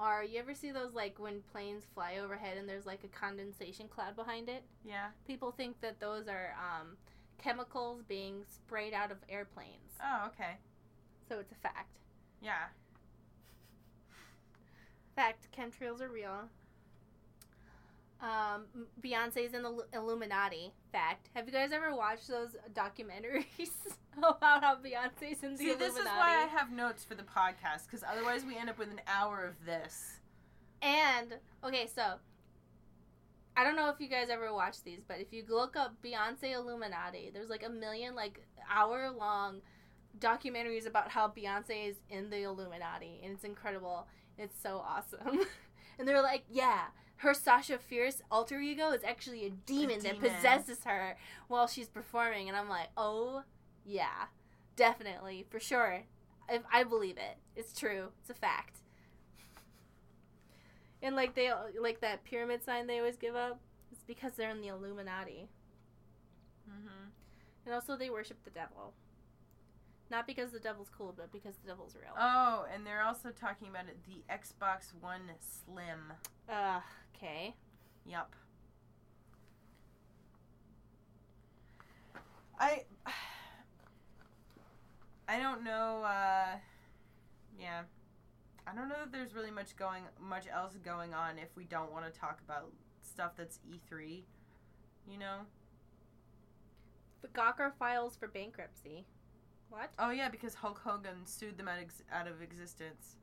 Speaker 2: are you ever see those like when planes fly overhead and there's like a condensation cloud behind it?
Speaker 1: yeah.
Speaker 2: People think that those are um, chemicals being sprayed out of airplanes.
Speaker 1: Oh, okay.
Speaker 2: So it's a fact.
Speaker 1: Yeah.
Speaker 2: fact, chemtrails are real. Um, M- Beyonce's in the Lu- Illuminati. Fact. Have you guys ever watched those documentaries <laughs> about how Beyonce's in the
Speaker 1: See,
Speaker 2: Illuminati?
Speaker 1: this is why I have notes for the podcast, because otherwise we end up with an hour of this.
Speaker 2: And okay, so I don't know if you guys ever watched these, but if you look up Beyonce Illuminati, there's like a million like hour long documentaries about how Beyonce is in the Illuminati, and it's incredible. It's so awesome. <laughs> and they're like, yeah, her Sasha Fierce alter ego is actually a demon,
Speaker 1: demon.
Speaker 2: that possesses her while she's performing, and I'm like, oh yeah, definitely for sure. If I believe it, it's true. It's a fact. And like they like that pyramid sign they always give up, it's because they're in the Illuminati.
Speaker 1: Mm-hmm.
Speaker 2: And also they worship the devil. Not because the devil's cool, but because the devil's real.
Speaker 1: Oh, and they're also talking about it, the Xbox One Slim.
Speaker 2: Uh, okay.
Speaker 1: Yup. I. <sighs> I don't know. Uh, yeah, I don't know that there's really much going, much else going on if we don't want to talk about stuff that's E3. You know?
Speaker 2: The Gawker files for bankruptcy. What?
Speaker 1: Oh yeah, because Hulk Hogan sued them out, ex- out of existence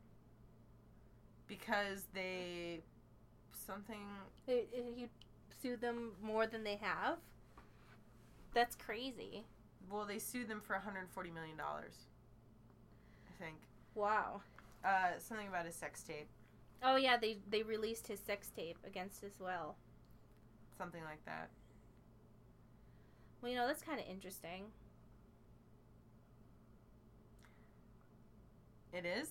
Speaker 1: because they something.
Speaker 2: They- He sued them more than they have? That's crazy.
Speaker 1: Well, they sued them for 140 million dollars. I think.
Speaker 2: Wow.
Speaker 1: Uh, something about a sex tape,
Speaker 2: Oh yeah, they they released his sex tape against his will.
Speaker 1: something like that.
Speaker 2: Well, you know that's kind of interesting.
Speaker 1: It is.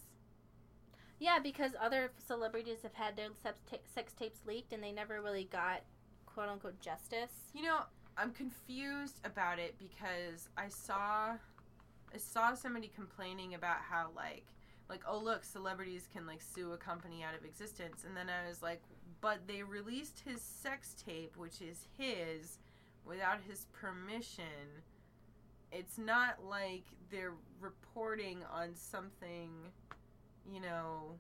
Speaker 2: Yeah, because other celebrities have had their sex, ta- sex tapes leaked and they never really got quote unquote justice.
Speaker 1: You know, I'm confused about it because I saw, I saw somebody complaining about how like, like oh look, celebrities can like sue a company out of existence, and then I was like, but they released his sex tape, which is his, without his permission. It's not like they're reporting on something, you know,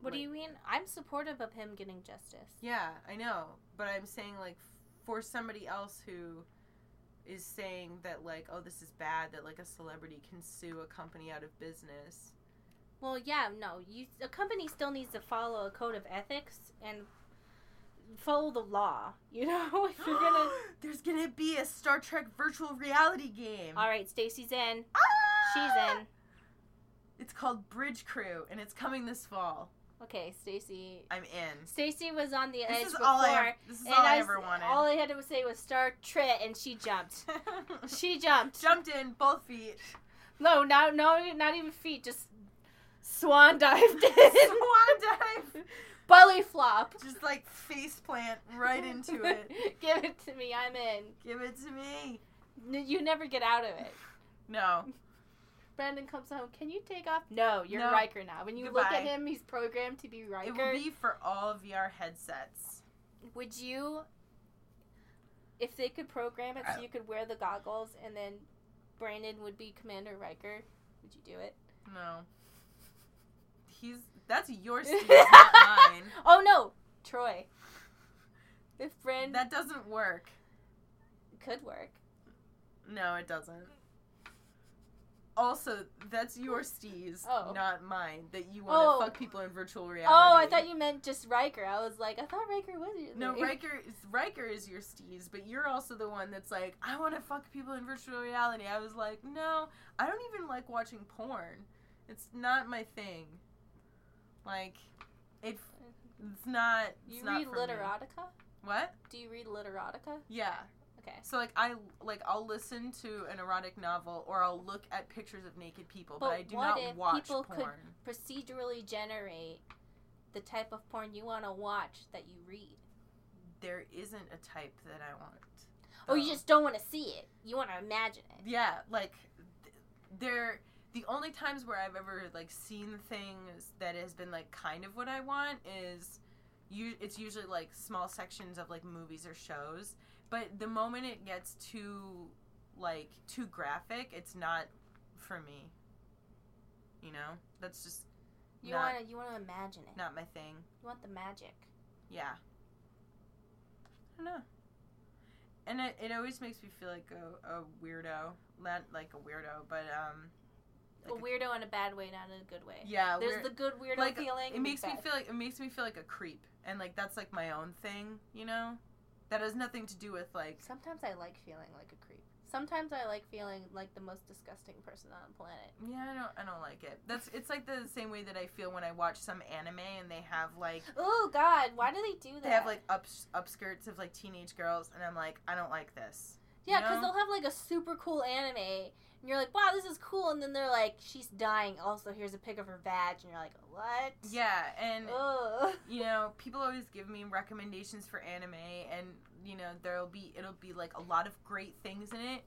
Speaker 2: What do
Speaker 1: Like-
Speaker 2: you mean? I'm supportive of him getting justice.
Speaker 1: Yeah, I know, but I'm saying like for somebody else who is saying that like oh this is bad that like a celebrity can sue a company out of
Speaker 2: <gasps>
Speaker 1: business.
Speaker 2: Well, yeah, no, you a company still needs to follow a code of ethics and follow the law. <laughs> You know, if you're gonna.
Speaker 1: <gasps> There's gonna be a Star Trek virtual reality game.
Speaker 2: All right, Stacy's in.
Speaker 1: Ah!
Speaker 2: She's in.
Speaker 1: It's called Bridge Crew, and it's coming this fall.
Speaker 2: Okay, Stacy.
Speaker 1: I'm in.
Speaker 2: Stacy was on the edge
Speaker 1: This is
Speaker 2: before,
Speaker 1: all I. ev- This is
Speaker 2: and
Speaker 1: all I
Speaker 2: s-
Speaker 1: ever wanted. <laughs>
Speaker 2: All I had to say was Star Trek, and she jumped. She jumped.
Speaker 1: Jumped in, both
Speaker 2: <laughs>
Speaker 1: feet. <laughs>
Speaker 2: No, no, no, not even feet. Just swan dived
Speaker 1: <laughs>
Speaker 2: in,
Speaker 1: Swan dive.
Speaker 2: belly flop.
Speaker 1: Just like face plant right into it.
Speaker 2: <laughs> Give it to me. I'm in.
Speaker 1: Give it to me.
Speaker 2: N- You never get out of it.
Speaker 1: No.
Speaker 2: Brandon comes home. Can you take off? No, you're
Speaker 1: No.
Speaker 2: Riker now. When you look at
Speaker 1: Goodbye.
Speaker 2: him, he's programmed to be Riker.
Speaker 1: It will be for all VR headsets.
Speaker 2: Would you, if they could program
Speaker 1: Uh.
Speaker 2: it so you could wear the goggles and then Brandon would be Commander Riker, would you do it?
Speaker 1: No. He's that's
Speaker 2: <laughs>
Speaker 1: your Steve, not mine.
Speaker 2: Oh no, Troy. If Brandon
Speaker 1: That doesn't work.
Speaker 2: could work.
Speaker 1: No, it doesn't. Also, that's your Steve's,
Speaker 2: Oh.
Speaker 1: not mine. That you want to
Speaker 2: Oh.
Speaker 1: fuck people in virtual reality.
Speaker 2: Oh, I thought you meant just Riker. I was like, I thought Riker was. your- <laughs>
Speaker 1: No, Riker is Riker is your Steve's, but you're also the one that's like, I want to fuck people in virtual reality. I was like, no, I don't even like watching porn. It's not my thing. Like, it, it's not. It's
Speaker 2: You
Speaker 1: not
Speaker 2: read
Speaker 1: for me.
Speaker 2: literotica?
Speaker 1: What?
Speaker 2: Do you read literotica?
Speaker 1: Yeah.
Speaker 2: Okay.
Speaker 1: So like I like I'll listen to an erotic novel or I'll look at pictures of naked people, but,
Speaker 2: But
Speaker 1: I do
Speaker 2: what
Speaker 1: not
Speaker 2: if
Speaker 1: watch
Speaker 2: people
Speaker 1: porn.
Speaker 2: could- Procedurally generate the type of porn you want to watch that you read.
Speaker 1: There isn't a type that I want.
Speaker 2: Oh, you
Speaker 1: though.
Speaker 2: just don't want to see it. You want to imagine it.
Speaker 1: yeah, like th- there. The only times where I've ever like seen things that has been like kind of what I want is, you. It's usually like small sections of like movies or shows, but the moment it gets too like too graphic, it's not for me. You know, that's just
Speaker 2: You
Speaker 1: not-
Speaker 2: want to you want to imagine it.
Speaker 1: not my thing.
Speaker 2: You want the magic.
Speaker 1: Yeah. I don't know. And it, it always makes me feel like a, a weirdo. Not like a weirdo, but um
Speaker 2: a
Speaker 1: like
Speaker 2: weirdo in a bad way, not in a good way.
Speaker 1: yeah,
Speaker 2: There's
Speaker 1: weird-
Speaker 2: the good weirdo
Speaker 1: like,
Speaker 2: feeling.
Speaker 1: it
Speaker 2: and
Speaker 1: makes me
Speaker 2: bad.
Speaker 1: feel like it makes me feel like a creep. And like that's like my own thing, you know? That has nothing to do with like
Speaker 2: Sometimes I like feeling like a creep. Sometimes I like feeling like the most disgusting person on the
Speaker 1: <laughs>
Speaker 2: planet.
Speaker 1: yeah, I don't I don't like it. That's it's like the same way that I feel when I watch some anime and they have <gasps> like
Speaker 2: Oh God, why do they do that?
Speaker 1: they have like ups, upskirts of like teenage girls and I'm like, I don't like this.
Speaker 2: yeah, because
Speaker 1: no.
Speaker 2: they'll have like a super cool anime, and you're like, wow, this is cool, and then they're like, she's dying. Also, here's a pic of her vag, and you're like, what?
Speaker 1: Yeah, and
Speaker 2: Ugh. <laughs>
Speaker 1: you know, people always give me recommendations for anime, and you know, there'll be it'll be like a lot of great things in it,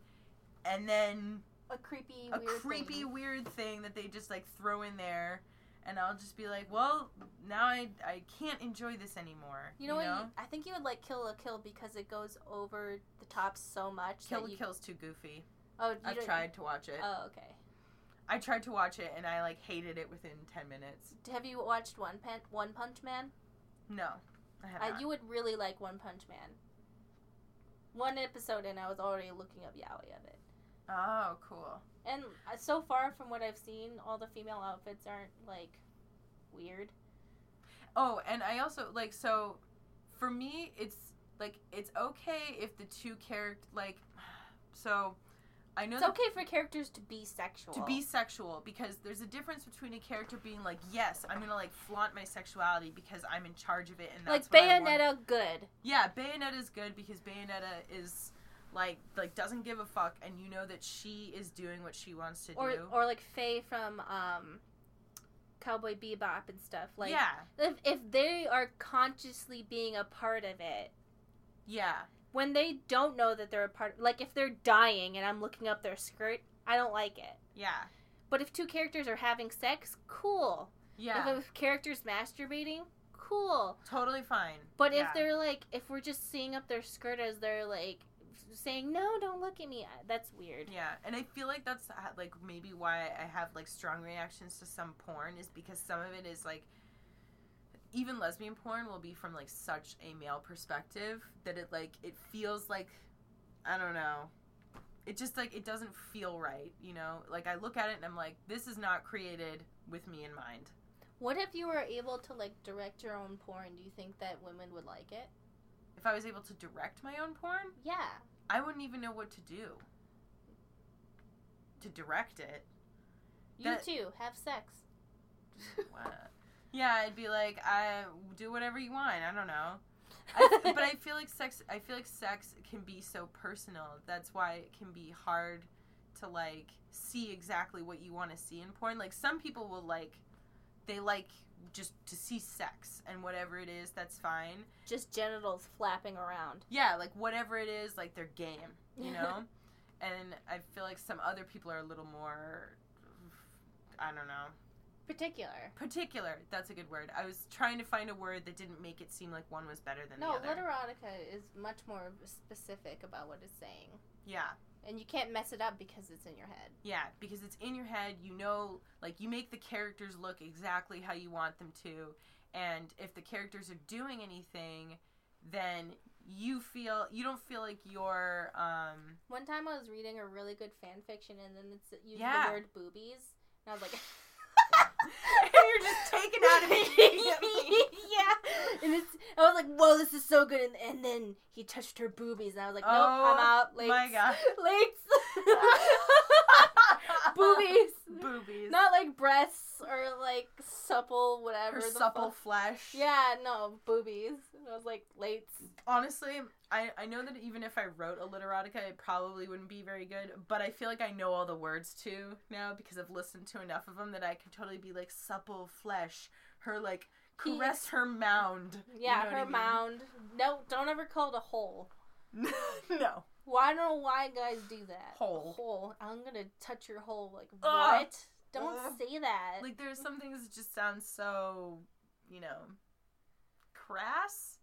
Speaker 1: and then
Speaker 2: A creepy,
Speaker 1: a
Speaker 2: weird
Speaker 1: creepy,
Speaker 2: thing.
Speaker 1: weird thing that they just like throw in there, and I'll just be like, well, now I I can't enjoy this anymore.
Speaker 2: You know, what? you- I think you would like Kill a Kill because it goes over the top so much.
Speaker 1: Kill
Speaker 2: that
Speaker 1: la
Speaker 2: you,
Speaker 1: Kill's too goofy.
Speaker 2: Oh, you
Speaker 1: I've
Speaker 2: don't-
Speaker 1: tried to watch it.
Speaker 2: Oh, okay.
Speaker 1: I tried to watch it, and I like hated it within ten minutes.
Speaker 2: Have you watched One Pen One Punch Man?
Speaker 1: No, I have
Speaker 2: I,
Speaker 1: not.
Speaker 2: you would really like One Punch Man. One episode and I was already looking up yaoi of it.
Speaker 1: oh, cool.
Speaker 2: And uh, so far from what I've seen, all the female outfits aren't like weird.
Speaker 1: Oh, and I also like so for me it's like it's okay if the two character like <sighs> so I know
Speaker 2: It's
Speaker 1: that
Speaker 2: okay for characters to be sexual.
Speaker 1: to be sexual because there's a difference between a character being like, yes, I'm gonna like flaunt my sexuality because I'm in charge of it and that's
Speaker 2: like
Speaker 1: what I want."
Speaker 2: Bayonetta, good.
Speaker 1: Yeah, Bayonetta's good because Bayonetta is like like doesn't give a fuck and you know that she is doing what she wants to
Speaker 2: Or
Speaker 1: do.
Speaker 2: or like Faye from um, Cowboy Bebop and stuff. Like
Speaker 1: yeah,
Speaker 2: if if they are consciously being a part of it,
Speaker 1: yeah.
Speaker 2: when they don't know that they're a part like if they're dying and I'm looking up their skirt, I don't like it.
Speaker 1: Yeah.
Speaker 2: But if two characters are having sex, cool.
Speaker 1: Yeah.
Speaker 2: If a character's masturbating, cool.
Speaker 1: totally fine.
Speaker 2: But
Speaker 1: yeah.
Speaker 2: if they're like if we're just seeing up their skirt as they're like saying no, don't look at me, uh, that's weird.
Speaker 1: Yeah, and I feel like that's uh, like maybe why I have like strong reactions to some porn is because some of it is like even lesbian porn will be from like such a male perspective that it like it feels like I don't know. It just like it doesn't feel right, you know? Like I look at it and I'm like this is not created with me in mind.
Speaker 2: What if you were able to like direct your own porn? Do you think that women would like it?
Speaker 1: if I was able to direct my own porn,
Speaker 2: Yeah.
Speaker 1: I wouldn't even know what to do to direct it.
Speaker 2: You
Speaker 1: That-
Speaker 2: too. Have sex.
Speaker 1: Wow. Yeah, I'd be like, I do whatever you want. I don't know. I, but I feel like sex. I feel like sex can be so personal. That's why it can be hard to like see exactly what you want to see in porn. Like some people will like, they like just to see sex and whatever it is, that's fine.
Speaker 2: <laughs> just genitals flapping around.
Speaker 1: Yeah, like whatever it is, like their game, you know. and I feel like some other people are a little more. I don't know.
Speaker 2: Particular.
Speaker 1: Particular. That's a good word. I was trying to find a word that didn't make it seem like one was better than
Speaker 2: No,
Speaker 1: the other.
Speaker 2: literotica is much more specific about what it's saying.
Speaker 1: Yeah.
Speaker 2: And you can't mess it up because it's in your head.
Speaker 1: Yeah, because it's in your head. You know, like you make the characters look exactly how you want them to, and if the characters are doing anything, then you feel you don't feel like you're. Um, <laughs>
Speaker 2: One time I was reading a really good fan fiction and then it's used
Speaker 1: Yeah.
Speaker 2: the word boobies. And I was like
Speaker 1: <laughs> you're
Speaker 2: <laughs>
Speaker 1: just taken out of it immediately. <laughs>
Speaker 2: yeah. <laughs> And it's I was like, Whoa, this is so good and, and then he touched her boobies and I was like, Nope,
Speaker 1: Oh,
Speaker 2: I'm out. Lakes.
Speaker 1: my
Speaker 2: <laughs>
Speaker 1: God.
Speaker 2: Lakes <laughs> Boobies.
Speaker 1: Boobies.
Speaker 2: Not like breasts or like supple whatever.
Speaker 1: her
Speaker 2: the
Speaker 1: supple
Speaker 2: fuck.
Speaker 1: flesh.
Speaker 2: Yeah, no boobies. And I was like lates.
Speaker 1: Honestly, I, I know that even if I wrote a literotica, it probably wouldn't be very good. But I feel like I know all the words too now because I've listened to enough of them that I can totally be like supple flesh. Her like
Speaker 2: He-
Speaker 1: caress her mound. <laughs> You
Speaker 2: Yeah,
Speaker 1: know what
Speaker 2: her
Speaker 1: I mean?
Speaker 2: mound. No, don't ever call it a hole.
Speaker 1: no.
Speaker 2: Well, I don't know why guys do that.
Speaker 1: Hole.
Speaker 2: Hole. I'm gonna touch your hole. Like
Speaker 1: Ugh.
Speaker 2: what? Don't
Speaker 1: Ugh.
Speaker 2: say that.
Speaker 1: Like there's some things that just sound so, you know, crass.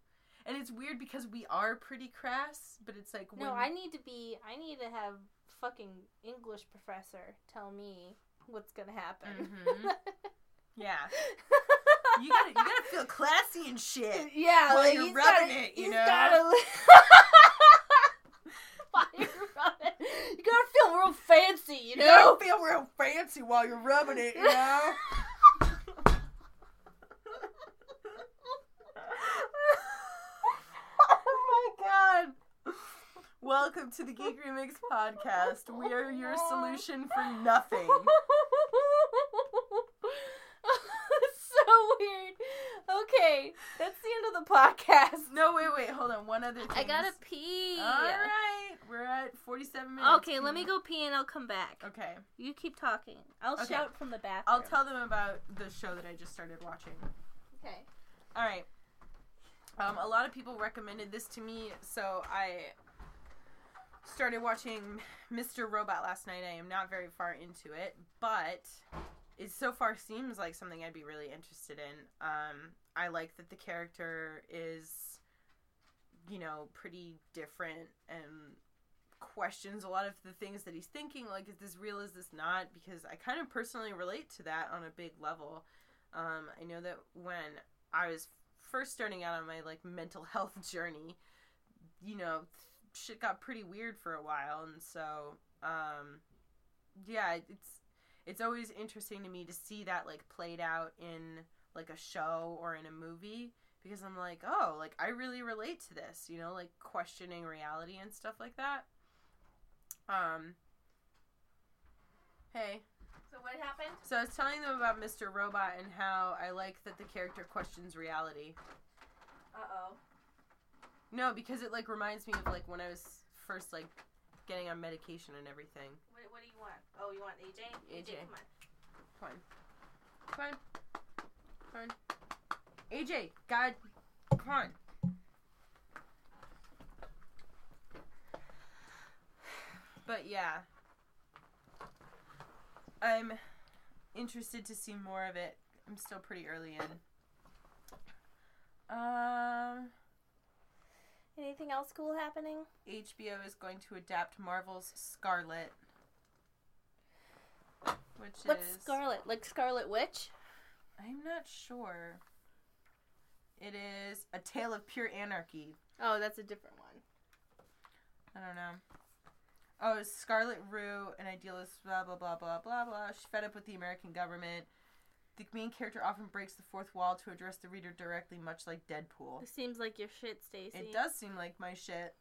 Speaker 1: And it's weird because we are pretty crass, but it's like when
Speaker 2: no, I need to be. I need to have fucking English professor tell me what's gonna happen. <laughs>
Speaker 1: Mhm. yeah. You gotta you gotta feel classy and shit.
Speaker 2: <laughs> yeah,
Speaker 1: Mm. While
Speaker 2: like
Speaker 1: you're
Speaker 2: he's
Speaker 1: rubbing
Speaker 2: gotta,
Speaker 1: it, you
Speaker 2: he's
Speaker 1: know?
Speaker 2: Gotta... <laughs> While you're rubbing, you gotta feel real fancy, you
Speaker 1: You
Speaker 2: know.
Speaker 1: don't feel real fancy while you're rubbing it, you know? <laughs> oh my god. Welcome to the Geek Remix podcast. We are your solution <laughs> for nothing.
Speaker 2: <laughs> so weird. Okay, that's the end of
Speaker 1: <laughs>
Speaker 2: the podcast.
Speaker 1: No, wait, wait, hold on. One other thing.
Speaker 2: I gotta pee.
Speaker 1: Alright, we're at 47 minutes.
Speaker 2: Okay, let me go pee and I'll come back.
Speaker 1: Okay.
Speaker 2: You keep talking. I'll
Speaker 1: Okay.
Speaker 2: shout from the bathroom.
Speaker 1: I'll tell them about the show that I just started watching.
Speaker 2: Okay.
Speaker 1: All right. Um, a lot of people recommended this to me, so I started watching Mr. Robot last night. I am not very far into it, but it so far seems like something I'd be really interested in. Um, I like that the character is, you know, pretty different and questions a lot of the things that he's thinking. Like, is this real? Is this not? Because I kind of personally relate to that on a big level. Um, I know that when I was first starting out on my like mental <laughs> health journey, you know, shit got pretty weird for a while, and so um, yeah, it's it's always interesting to me to see that like played out in like a show or in a movie because I'm like, oh, like I really relate to this, you know, like questioning reality and stuff like that. Um. Hey.
Speaker 2: So what happened?
Speaker 1: So I was telling them about Mr. Robot and how I like that the character questions reality.
Speaker 2: Uh
Speaker 1: No, because it like reminds me of like when I was first like getting on medication and everything.
Speaker 2: What, what do you want? Oh, you want AJ?
Speaker 1: AJ. Fine. Fine. Fine. AJ, God, come on. But yeah, I'm interested to see more of it. I'm still pretty early in. Um.
Speaker 2: Anything else cool happening?
Speaker 1: HBO is going to adapt Marvel's Scarlet, which
Speaker 2: What's
Speaker 1: is
Speaker 2: Scarlet? Like Scarlet Witch?
Speaker 1: I'm not sure. It is a tale of pure anarchy.
Speaker 2: Oh, that's a different one.
Speaker 1: I don't know. Oh, it's Scarlet Rue, an idealist, blah blah blah blah blah blah. She's fed up with the American government. The main character often breaks the fourth wall to address the reader directly, much like Deadpool.
Speaker 2: This seems like your shit, Stacy.
Speaker 1: It does seem like my shit.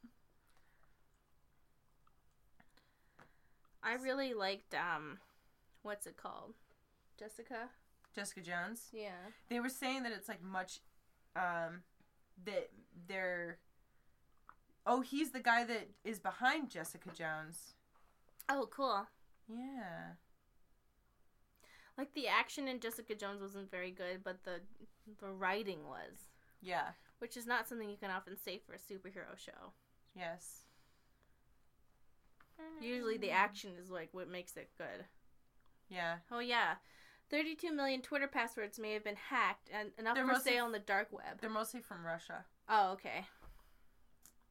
Speaker 2: I really liked um, what's it called? Jessica.
Speaker 1: Jessica Jones.
Speaker 2: Yeah.
Speaker 1: They were saying that it's like much, um, that they're. Oh, he's the guy that is behind Jessica Jones.
Speaker 2: Oh, cool.
Speaker 1: Yeah.
Speaker 2: Like the action in Jessica Jones wasn't very good, but the the writing was,
Speaker 1: Yeah.
Speaker 2: which is not something you can often say for a superhero show.
Speaker 1: Yes.
Speaker 2: Usually, the action is like what makes it good.
Speaker 1: Yeah.
Speaker 2: Oh yeah, thirty-two million Twitter passwords may have been hacked and enough
Speaker 1: They're
Speaker 2: for
Speaker 1: mostly-
Speaker 2: sale on the dark web.
Speaker 1: They're mostly from Russia.
Speaker 2: Oh okay,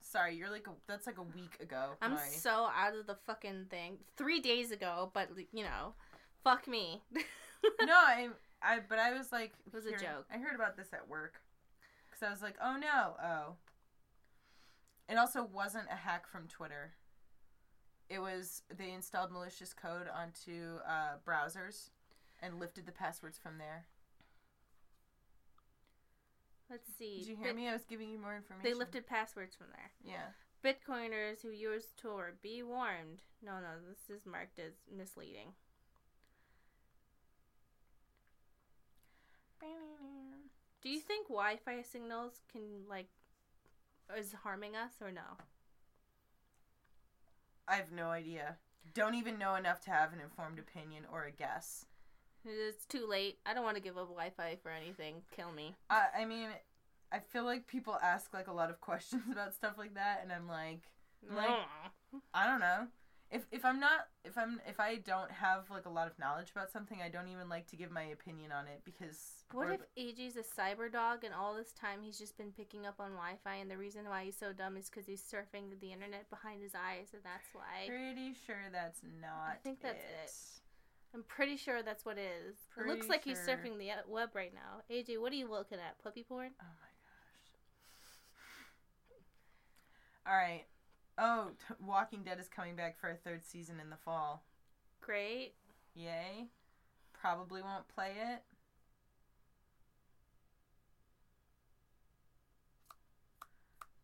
Speaker 1: Sorry, you're like a, that's like a week ago.
Speaker 2: I'm
Speaker 1: Sorry.
Speaker 2: so out of the fucking thing. Three days ago, but you know, fuck me. <laughs>
Speaker 1: no, I I but I was like
Speaker 2: It was a
Speaker 1: hearing-
Speaker 2: joke.
Speaker 1: I heard about this at work because I was like, oh no, oh. It also wasn't a hack from Twitter. It was they installed malicious code onto uh, browsers and lifted the passwords from there.
Speaker 2: Let's see.
Speaker 1: Did you hear
Speaker 2: Bit-
Speaker 1: me? I was giving you more information.
Speaker 2: They lifted passwords from there.
Speaker 1: Yeah.
Speaker 2: Bitcoiners who use Tor, be warned. No, no, this is marked as misleading. Do you think Wi-Fi signals can like is harming us or no?
Speaker 1: I have no idea. Don't even know enough to have an informed opinion or a guess.
Speaker 2: It's too late. I don't want to give up Wi-Fi for anything. Kill me.
Speaker 1: I I mean, I feel like people ask like a lot of <laughs> questions about stuff like that, and I'm like, Like- I don't know. If if I'm not if I'm if I don't have like a lot of knowledge about something, I don't even like to give my opinion on it because
Speaker 2: what
Speaker 1: or-
Speaker 2: if AJ's a cyber dog and all this time he's just been picking up on Wi-Fi and the reason why he's so dumb is because he's surfing the internet behind his eyes and that's why.
Speaker 1: pretty sure that's not.
Speaker 2: think that's
Speaker 1: it.
Speaker 2: I'm pretty sure that's what it is. It looks
Speaker 1: Pretty
Speaker 2: like he's
Speaker 1: sure.
Speaker 2: surfing the uh, web right now. AJ, what are you looking at? Puppy porn?
Speaker 1: Oh my gosh. All right. Oh, t- Walking Dead is coming back for a third season in the fall.
Speaker 2: Great.
Speaker 1: Yay. Probably won't play it.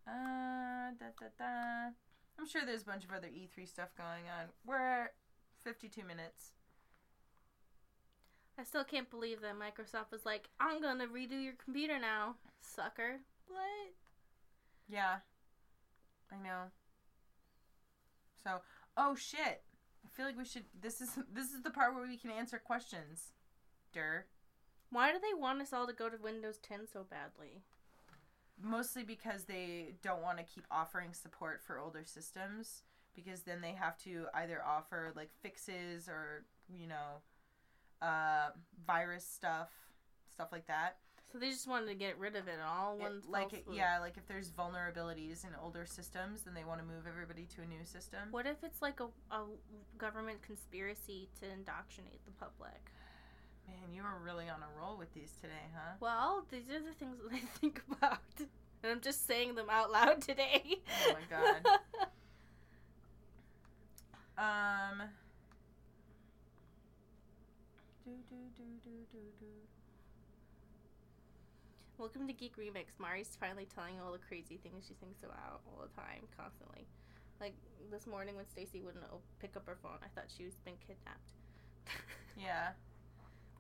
Speaker 1: Uh, da, da, da. I'm sure there's a bunch of other E3 stuff going on. We're at 52 minutes.
Speaker 2: I still can't believe that Microsoft was like, I'm gonna redo your computer now, sucker. What?
Speaker 1: Yeah. I know. So, oh shit. I feel like we should this is <laughs> this is the part where we can answer questions. Durr.
Speaker 2: Why do they want us all to go to Windows 10 so badly?
Speaker 1: mostly because they don't want to keep offering support for older systems because then they have to either offer like fixes or you know uh, virus stuff stuff like that
Speaker 2: So they just wanted to get rid of it all in
Speaker 1: It-
Speaker 2: one
Speaker 1: like
Speaker 2: fell
Speaker 1: it-
Speaker 2: swoop.
Speaker 1: yeah like if there's vulnerabilities in older systems then they want to move everybody to a new system
Speaker 2: What if it's like a, a government conspiracy to indoctrinate the public?
Speaker 1: man you were really on a roll with these today huh
Speaker 2: Well, these are the things <laughs> that I think about. And I'm just saying them out loud <laughs> today.
Speaker 1: Oh my God. Um. Do, do, do, do, do, do.
Speaker 2: <laughs> Welcome to Geek Remix. Mari's finally telling all the crazy things she thinks about all the time, constantly. Like this morning when Stacy wouldn't o- pick up her phone, I thought she was been kidnapped, <laughs>
Speaker 1: Yeah.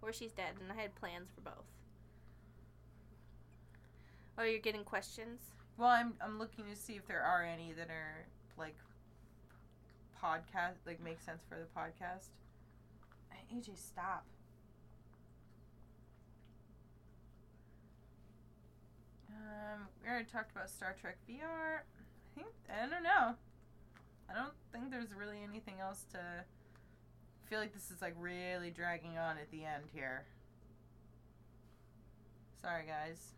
Speaker 2: or she's dead, and I had plans for both. Oh, you're getting questions.
Speaker 1: Well, I'm I'm looking to see if there are any that are like podcast like make sense for the podcast. Hey, AJ, stop. Um, we already talked about Star Trek VR. I think I don't know. I don't think there's really anything else to. I feel like this is like really dragging on at the end here. Sorry, guys.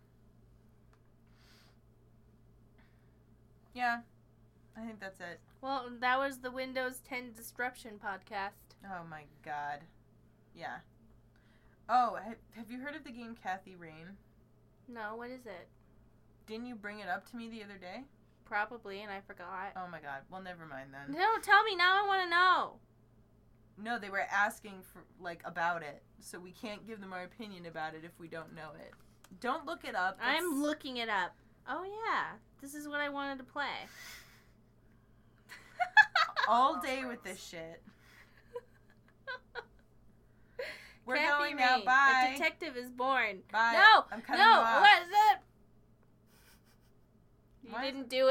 Speaker 1: Yeah, I think that's it.
Speaker 2: Well, that was the Windows 10 disruption podcast.
Speaker 1: Oh my god. Yeah. Oh, ha- have you heard of the game Kathy Rain?
Speaker 2: No, what is it?
Speaker 1: Didn't you bring it up to me the other day?
Speaker 2: Probably, and I forgot.
Speaker 1: Oh my god. Well, never mind then.
Speaker 2: No, tell me now. I want to know.
Speaker 1: No, they were asking for like about it, so we can't give them our opinion about it if we don't know it. Don't look it up.
Speaker 2: I'm
Speaker 1: That's-
Speaker 2: looking it up. Oh yeah, this is what I wanted to play.
Speaker 1: all day with this
Speaker 2: <laughs>
Speaker 1: shit. We're
Speaker 2: Kathy
Speaker 1: going now.
Speaker 2: Rae,
Speaker 1: Bye.
Speaker 2: A detective is born.
Speaker 1: Bye.
Speaker 2: No,
Speaker 1: I'm cutting
Speaker 2: no,
Speaker 1: you off.
Speaker 2: what is that? You
Speaker 1: Why is
Speaker 2: didn't do it.